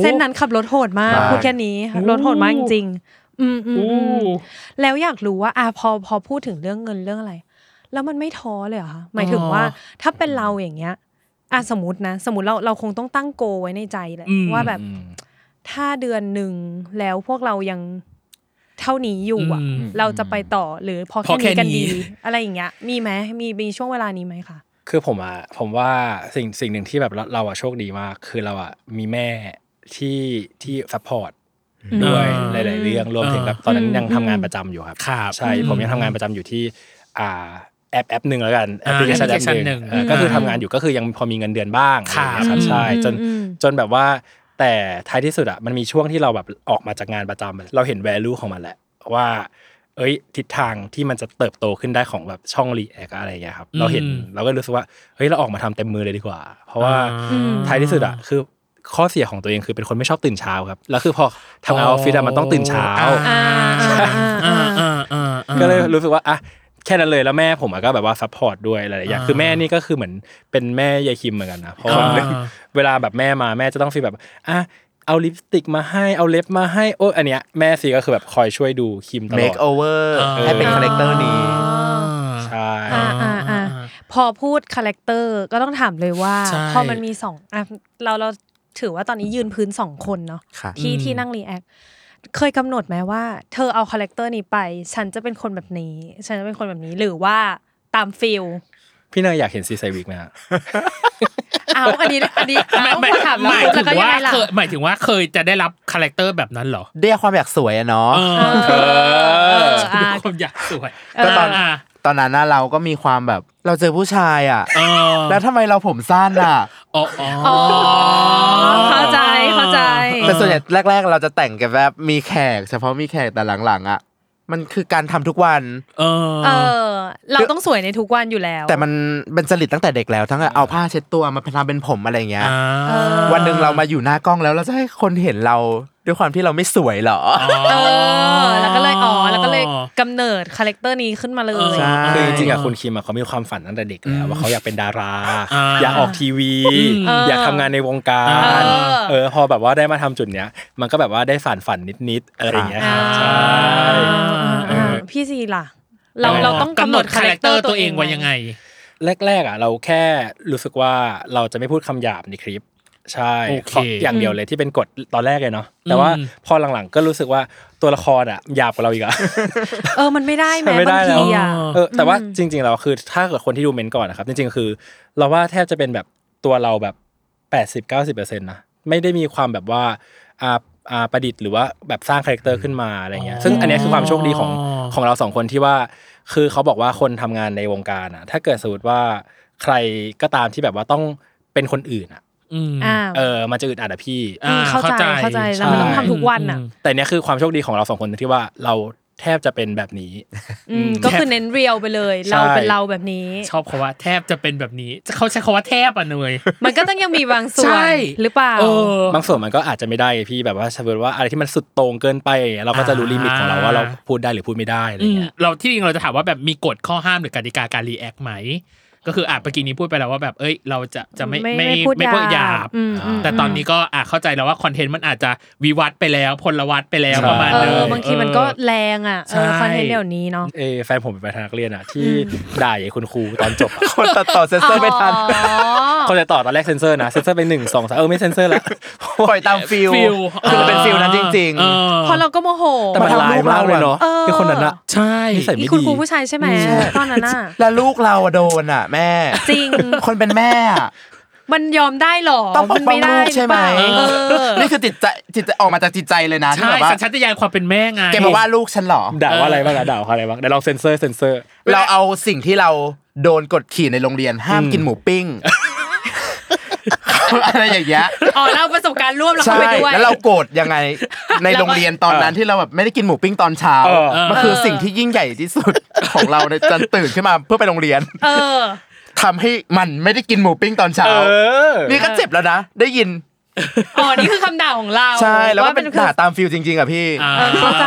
S2: เส้นนั้นขับรถโหดมาก
S4: มาก
S2: พูดแค่นี้รถโหดมากจริงๆอืมอืม
S1: อู้
S2: อืม แล้วอยากรู้ว่าอ่ะพอพอพูดถึงเรื่องเงินเรื่องอะไร แล้วมันไม่ท้อเลยเหรอคะหมายถึงว่าถ้าเป็นเราอย่างเงี้ยอ่ะสมมตินะ สมมติเราเราคงต้องตั้งโกไว้ในใจแหละ
S1: อืม
S2: ว่าแบบถ้าเดือนหนึ่งแล้วพวกเรายังเท่านี้อยู่อ่ะ
S1: อืม
S2: เราจะไปต่อหรือพอ
S1: พอแค่
S2: แค่นี้กัน
S1: นี้
S2: ดี อะไรอย่างเงี้ยมีไหมมีมีช่วงเวลานี้ไหมคะ
S3: คือผมอ่ะผมว่าสิ่งสิ่งหนึ่งที่แบบเราเราอ่ะโชคดีมาก คือเราอ่ะมีแม่ที่ที่ซัพพอร์ต ด้วย
S1: อืม
S3: หลาย ๆ เรื่องรวมถึง
S1: อ่า
S3: แบบตอนนั้นยังทำงานประจำอยู่ครับ
S1: ครับ
S3: ใช่ผมยังทำงานประจำอยู่ที่อ่าแอปแอปหนึ่งแล้วกันแอป
S1: อ่า
S3: พลิเคชันแอป
S1: application
S3: หนึ่ง
S1: หนึ่ง
S3: เออก็คือทำงานอยู่ก็คือยังพอมีเงินเดือนบ้าง
S1: ครับ
S3: อะไอย่างเงี้ยครับใช่จน
S2: อืม
S3: จนแบบว่าแต่ท้ายที่สุดอ่ะมันมีช่วงที่เราแบบออกมาจากงานประจำเราเห็น value ของมันแหละว่า เอ้ยทิศทางที่มันจะเติบโตขึ้นได้ของแบบช่องรีแอคอะไรอย่างเงี้ยครับเราเห็น
S1: อืม
S3: เราก็รู้สึกว่าเฮ้ยเราออกมาทำเต็มมือเลยดีกว่า เพราะว่า
S1: อืม
S3: ท้ายที่สุดอะคือ ข้อเสียของตัวเองคือเป็นคนไม่ชอบตื่นเช้าครับ แล้วคือพอทำงานออฟฟิศอะมันต้องตื่นเช้า
S1: อ่าอ่าอ่าอ่าอ่า
S3: ก็เลยรู้สึกว่าอ่ะแค่นั้นเลยแล้วแม่ผมอะก็แบบว่าซัพพอร์ตด้วยหลายๆอย่าง
S1: อ่า
S3: คือแม่นี่ก็คือเหมือนเป็นแม่ยายคิมเหมือนกันนะเพราะว่า
S1: อ่า
S3: เวลาแบบแม่มาแม่จะต้องฟีลแบบอ่ะเอาลิปสติกมาให้เอาเล็บมาให้โอ้ยอันเนี้ยแม่ซีก็คือแบบคอยช่วยดูคิมตลอ
S4: make
S3: ด
S4: over
S1: เออ
S4: ให้เป็นคาแรคเตอร์นี้
S3: ใช่
S2: อ่าอ่าอ่าพอพูดคาแรคเตอร์ก็ต้องถามเลยว่า
S1: ใช่
S2: พอมันมีสองอ่ะเราเราถือว่าตอนนี้ยืนพื้นสองคนเนาะ
S4: ค่ะ
S2: ที่
S1: อืม
S2: ที่นั่งรีแอคเคยกำหนดไหมว่า เธอเอาคาแรคเตอร์นี้ไป ฉันจะเป็นคนแบบนี้ ฉันจะเป็นคนแบบนี้หรือว่าตามฟิล
S3: พี่เนยอยากเห็นซีไซวิกไหมฮะ
S2: เอาอันนี้อั นนี้
S1: หมาย
S2: เอา
S1: หมาย
S2: ถาม
S1: หมาย
S2: แล้
S1: ถึ
S2: ว
S1: ง
S2: ก็ยัง
S1: ว่า
S2: ไงล่ะ
S1: เคยหมายถึงว่าเคยจะได้รับคาแรคเตอร์แบบนั้นเหรอ
S4: เรียกความอยากสวยอะเนาะ
S1: เออ
S2: เออ
S1: ด้ว
S2: อ่ะ
S1: ยความอยากสวย
S4: ก็ตอน
S1: า
S4: ตอนนั้นน่ะเราก็มีความแบบเราเจอผู้ชายอ่ะ
S1: เออ
S4: แล้วทำไมเราผมสั้นอ่ะ
S1: อ๋ออ๋ออ
S2: อเข้าใจเข้าใจ
S4: แต่ส่วนใหญ่แรก ๆ เราจะแต่งกันแบบมีแขก เฉพาะมีแขกแต่หลังๆอ่ะมันคือการทำทุกวัน
S1: เออ
S2: เออ เราต้องสวยในทุกวันอยู่แล้ว
S4: แต่มันเป็นจริตตั้งแต่เด็กแล้ว ทั้งเอาผ้าเช็ดตัวมาทำเป็นผมอะไรอย่างเงี้ย วันหนึ่งเรามาอยู่หน้ากล้องแล้วเราจะให้คนเห็นเราด้วยความที่เราไม่สวยเหรอ
S2: เออ แล้วก็เลยอ๋อแล้วก็เลยกำเนิดคาแรคเตอร์นี้ขึ้นมาเลย
S4: ใช่
S3: คือจริงๆอะคุณคิมอะเขามีความฝันตั้งแต่เด็กแล้วว่าเขาอยากเป็นดารา
S1: อ่า
S3: อยากออกทีวี
S2: อืม
S3: อยากทำงานในวงการ
S2: เออ
S3: เออพอแบบว่าได้มาทำจุดเนี้ย มันก็แบบว่าได้สานฝันนิดๆอะไรอย่างเงี้ย
S2: อ่า
S3: ใช่
S2: อ่าอ่าพี่ซีล่ะ เรา
S3: เออ
S2: เราต้องกำหนดคาแรคเตอร์ตัวเอง
S1: ไว้ยังไง
S3: แรกๆอะเราแค่รู้สึกว่าเราจะไม่พูดคำหยาบในคลิป ใช่
S1: โอเค
S3: ขออย่างเดียวเลยที่เป็นกฎตอนแรกเลยเนาะแต่ว่า
S1: อืม
S3: พอหลังๆก็รู้สึกว่าตัวละครอะหยาบกว่าเราอีกอะ
S2: เออมันไม่ได้แหม
S3: มันไม่ได้
S2: บาง
S3: แล้ว
S2: ทีอ่ะ
S3: เออแต่ว่าจริงๆแล้วคือถ้าเกิดคนที่ดูเมนต์ก่อนนะครับ จริงๆคือ เราว่าแทบจะเป็นแบบตัวเราแบบแปดสิบเก้าสิบเปอร์เซ็นต์นะไม่ได้มีความแบบว่าอ่าอ่าประดิษฐ์หรือว่าแบบสร้างคาแรคเตอร์ขึ้นมาอะไรเงี้ยซึ่งอันเนี้ยคือความโชคดีของของเราสองคนที่ว่า คือเขาบอกว่าคนทำงานในวงการอ่ะ ถ้าเกิดสมมติว่าใครก็ตามที่แบบว่าต้องเป็นคนอื่นอ่ะ
S1: อืม
S2: อ่า
S3: เออมันจะอึดอัดอะพี่
S1: อ่
S2: มเข้าใจเข้าใจแล้วมันต้องทำทุกวันอ่ะ
S3: แต่เนี้ยคือความโชคดีของเราสองคนที่ว่าเราแทบจะเป็นแบบนี้
S2: อืมก็คือเน้นเรียวไปเลย
S3: ใช่
S2: เราเป็นเราแบบนี้
S1: ชอบคาว่าแทบจะเป็นแบบนี้เขาใช้คาว่าแทบอ่ะเนย
S2: มันก็ต้องยังมีบางส่ว
S1: ใช่
S2: นหรือเปล่า
S1: เออ
S3: บางส่วนมันก็อาจจะไม่ได้ไงพี่แบบว่าสมมติว่าอะไรที่มันสุดโต่งเกินไปอย่างเงี้ยเราก็จะรู้ลิมิตของเราว่าเราพูดได้หรือพูดไม่ได้อะไรเงี้ย
S1: อืมเราที่จริงเราจะถามว่าแบบมีกฎข้อห้ามหรือกติกาการรีแอคไหม ก็คืออ่ะเมื่อกี้นี้พูดไปแล้วว่าแบบเอ้ย เราจะจะไม่
S2: ไม่ไม่พูด
S1: ไม่พูดหยา
S2: หยา
S1: บบ
S2: อืมอืม
S1: แต่ตอนนี้ก็อ่ะเข้าใจแล้วว่าคอนเทนต์มันอาจจะวิวัฒน์ไปแล้ว พลวัฒน์ไปแล้ว
S3: ใช่
S1: ประมาณ
S2: เอ
S1: นึง
S2: อบางทีมันก็แรงอ่ะเออ
S1: ใช่
S2: คอนเทนต์เดี๋ยวนี้เนาะ
S3: เออแฟนผมเป็นประธานนักเรียนอ่ะที่ด่าไอ้คุณครูตอนจบ อะ
S4: คนตัดต่อเซนเซอร์ไม่ ทัน
S2: อ๋อ
S3: คนจะต่อตอนแรกเซนเซอร์นะเซนเซอร์ไปหนึ่งสองสามเออไม่เซนเซอร์ละ
S4: ปล่อยตามฟิล
S1: ฟิล
S4: คือเป็นฟิลนั้นจริง
S1: เออ
S2: พอเราก็โมโห
S3: แต่มัน
S4: ทำ
S3: ร้าย
S4: ลูก
S3: มากเลย
S4: เราอะ
S3: เนาะคือคนนั้นอะ
S1: ใช่
S3: นิสัยไม่
S2: นี่คุณ
S3: ดี
S2: ครูผู้ชายใช่ไหมตอนนั้นน่ะ
S4: ๆ แล้วลูกเราอะโดนอ่ะ แม่
S2: จริง
S4: คนเป็นแม่อะ
S2: มันยอมได้หรอ
S4: ต้องปก
S2: มัน
S4: ป้อ
S2: ไม่
S4: ง
S2: ได้
S4: ลูกใช่ไหม
S2: รือเปล่าเออ
S4: นี่คือจิตใจจิตใจออกมาจากจิตใจเลยนะที่
S1: ใช่
S4: แบบว่า
S1: สัญชาตญาณความเป็นแม่ไง
S4: แกมาว่าลูกฉันเหรอ
S3: ด่าว่าอะไรบ้างอะด่าว่าอะไรบ้างเดี๋ยวลองเซนเซอร์เซนเซอร์
S4: เราเอาสิ่งที่เราโดนกดขี่ในโรงเรียนห้ามกินหมูปิ้ง อะไรอย่างเงี้ย
S2: อ๋อเราประสบการณ์ร่วมเรา
S4: ใช่
S2: เข้าไปด้วย
S4: แล้วเราโกรธยังไงในโรงเรียนตอนนั้นที่เราแบบไม่ได้กินหมูปิ้งตอนเช้า
S3: เออ
S4: มันคือสิ่งที่ยิ่งใหญ่ที่สุด ของเราในจันตื่นขึ้นมาเพื่อไปโรงเรียน
S2: เออ
S4: ทำให้มันไม่ได้กินหมูปิ้งตอนเช้า
S3: เออ
S4: นี่ก็เจ็บแล้วนะ ได้ยิน
S2: อ๋อ นี่คือคำด่าของเรา
S4: ใช่แล้วก็เป็น
S2: คือ
S4: ด่าตามฟิลจริงๆอ่ะพี่
S1: อ่า
S2: เออเข้าใจ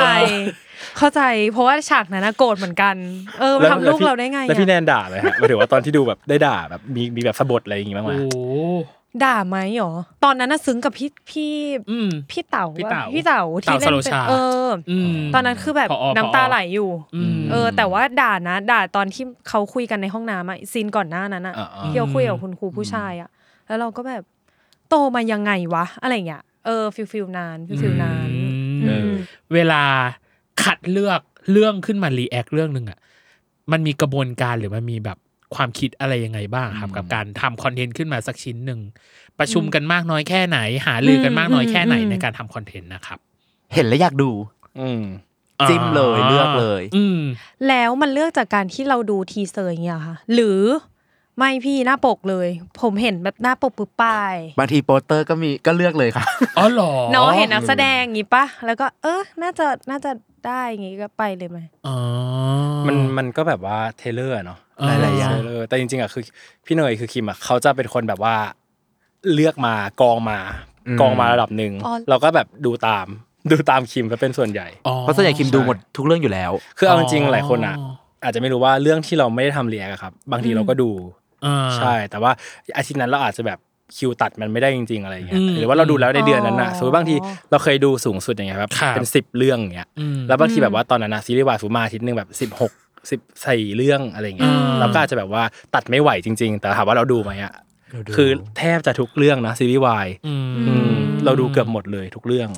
S2: เข้าใจ เพราะว่าฉากนั้นน่ะโกรธเหมือนกัน เออมันทำลูกเราได้ไง
S3: แล้วพี่แน
S2: อะ
S3: นด่าไหมฮะหมายถึงว่าตอนที่ดูแบบได้ด่าแบบมีมีแบบสะบัดอะไรอย่างงี้บ้างไหม
S1: โอ้โห
S2: ด่าไหมหรอ ตอนนั้นน่ะซึ้งกับพี่พี่
S1: อืม
S2: พี่เต๋า
S1: พี่เต๋า
S2: อะพี่เต๋าที่เล่นเป็
S1: เต๋าสโลชา
S2: นเอออ
S1: อืม
S2: ตอนนั้นคือแบบ
S1: พอ
S2: น้ำตาไหลอยู่
S1: อืม
S2: เออ แต่ว่าด่านะ ด่าตอนที่เขาคุยกันในห้องน้ำอะซีนก่อนหน้านั้นอะ
S3: อ่าๆ
S2: ที่เขาคุยกับคุณครูผู้ชายอะแล้วเราก็แบบโตมายังไงวะ อะไรอย่างเงี้ยเออฟิลฟิลนานฟิลฟิลนาน
S1: อืม
S2: อืม
S1: เวลาคัดเลือกเรื่องขึ้นมารีแอคเรื่องหนึ่งอ่ะ มันมีกระบวนการหรือมันมีแบบความคิดอะไรยังไงบ้างครับ กับการทำคอนเทนต์ขึ้นมาสักชิ้นหนึ่ง ประชุมกันมากน้อยแค่ไหน หาลือกันมากน้อยแค่ไหน
S2: อืมอืม
S1: ในการทำคอนเทนต์นะครับ
S4: เห็นแล้วอยากดู
S3: อืม
S4: จิ้มเลยเลือกเลย
S1: อืม
S2: แล้วมันเลือกจากการที่เราดูทีเซอร์อย่างเงี้ยเหรอค่ะ หรือไม่พี่หน้าปกเลย ผมเห็นแบบหน้าปกปุ๊บไป
S4: บางทีโปสเตอร์ก็มีก็เลือกเลยค่ะ
S1: อ๋อเหรอ
S2: เนาะเห็นนักแสดงอย่างงี้ปะแล้วก็เออน่าจะน่าจะได้อย่างงี้ก็ไปเลยไหม
S1: อ๋อ
S3: มันมันก็แบบว่าเทเลอร์อะเนาะ
S1: อ่า
S3: หลายๆ
S1: ใช่
S3: อย่างเทเลอร์แต่จริงๆอ่ะคือพี่เนยคือคิมอ่ะเขาจะเป็นคนแบบว่าเลือกมากองมา
S4: อืม
S3: กองมาระดับหนึ่ง
S2: อ๋อ
S3: เราก็แบบดูตาม ดูตามคิมไปเป็นส่วนใหญ่
S1: อ๋อ
S4: เพราะส่วนใหญ่คิมดูหมดทุกเรื่องอยู่แล้ว
S3: คือเอาจริงๆหลายคนอ่ะ อาจจะไม่รู้ว่าเรื่องที่เราไม่ได้ทำเรียกครับ บางทีเราก็ดู
S1: อ่า
S3: ใช่ แต่ว่าอาทิตย์นั้นเราอาจจะแบบคิวตัดมันไม่ได้จริง ๆ อะไรอย่างเงี้ย
S1: อืม
S3: หรือว่าเราดูแล้วในเดือนนั้น
S2: อ๋
S3: น่ะ
S2: อ
S3: สมมติบางทีเราเคยดูสูงสุดอย่างเงี้ยครับ
S1: ครับ
S3: เป็นสิบเรื่องอย่างเงี้ย
S1: อืม
S3: แล้วบางทีแบบว่าตอนนั้นนะซีรีส์วายสูมาอาทิตย์หนึ่งแบบสิบหกสิบสี่เรื่องอะไรอย่างเงี้ย
S1: อืม
S3: เราก็อาจจะแบบว่าตัดไม่ไหวจริง ๆ แต่ถามว่าเราดูไหมอ่ะคือแทบจะทุกเรื่องนะซีรีส์วาย
S1: อืม
S3: อืมเราดูเกือบหมดเลยทุกเรื่อง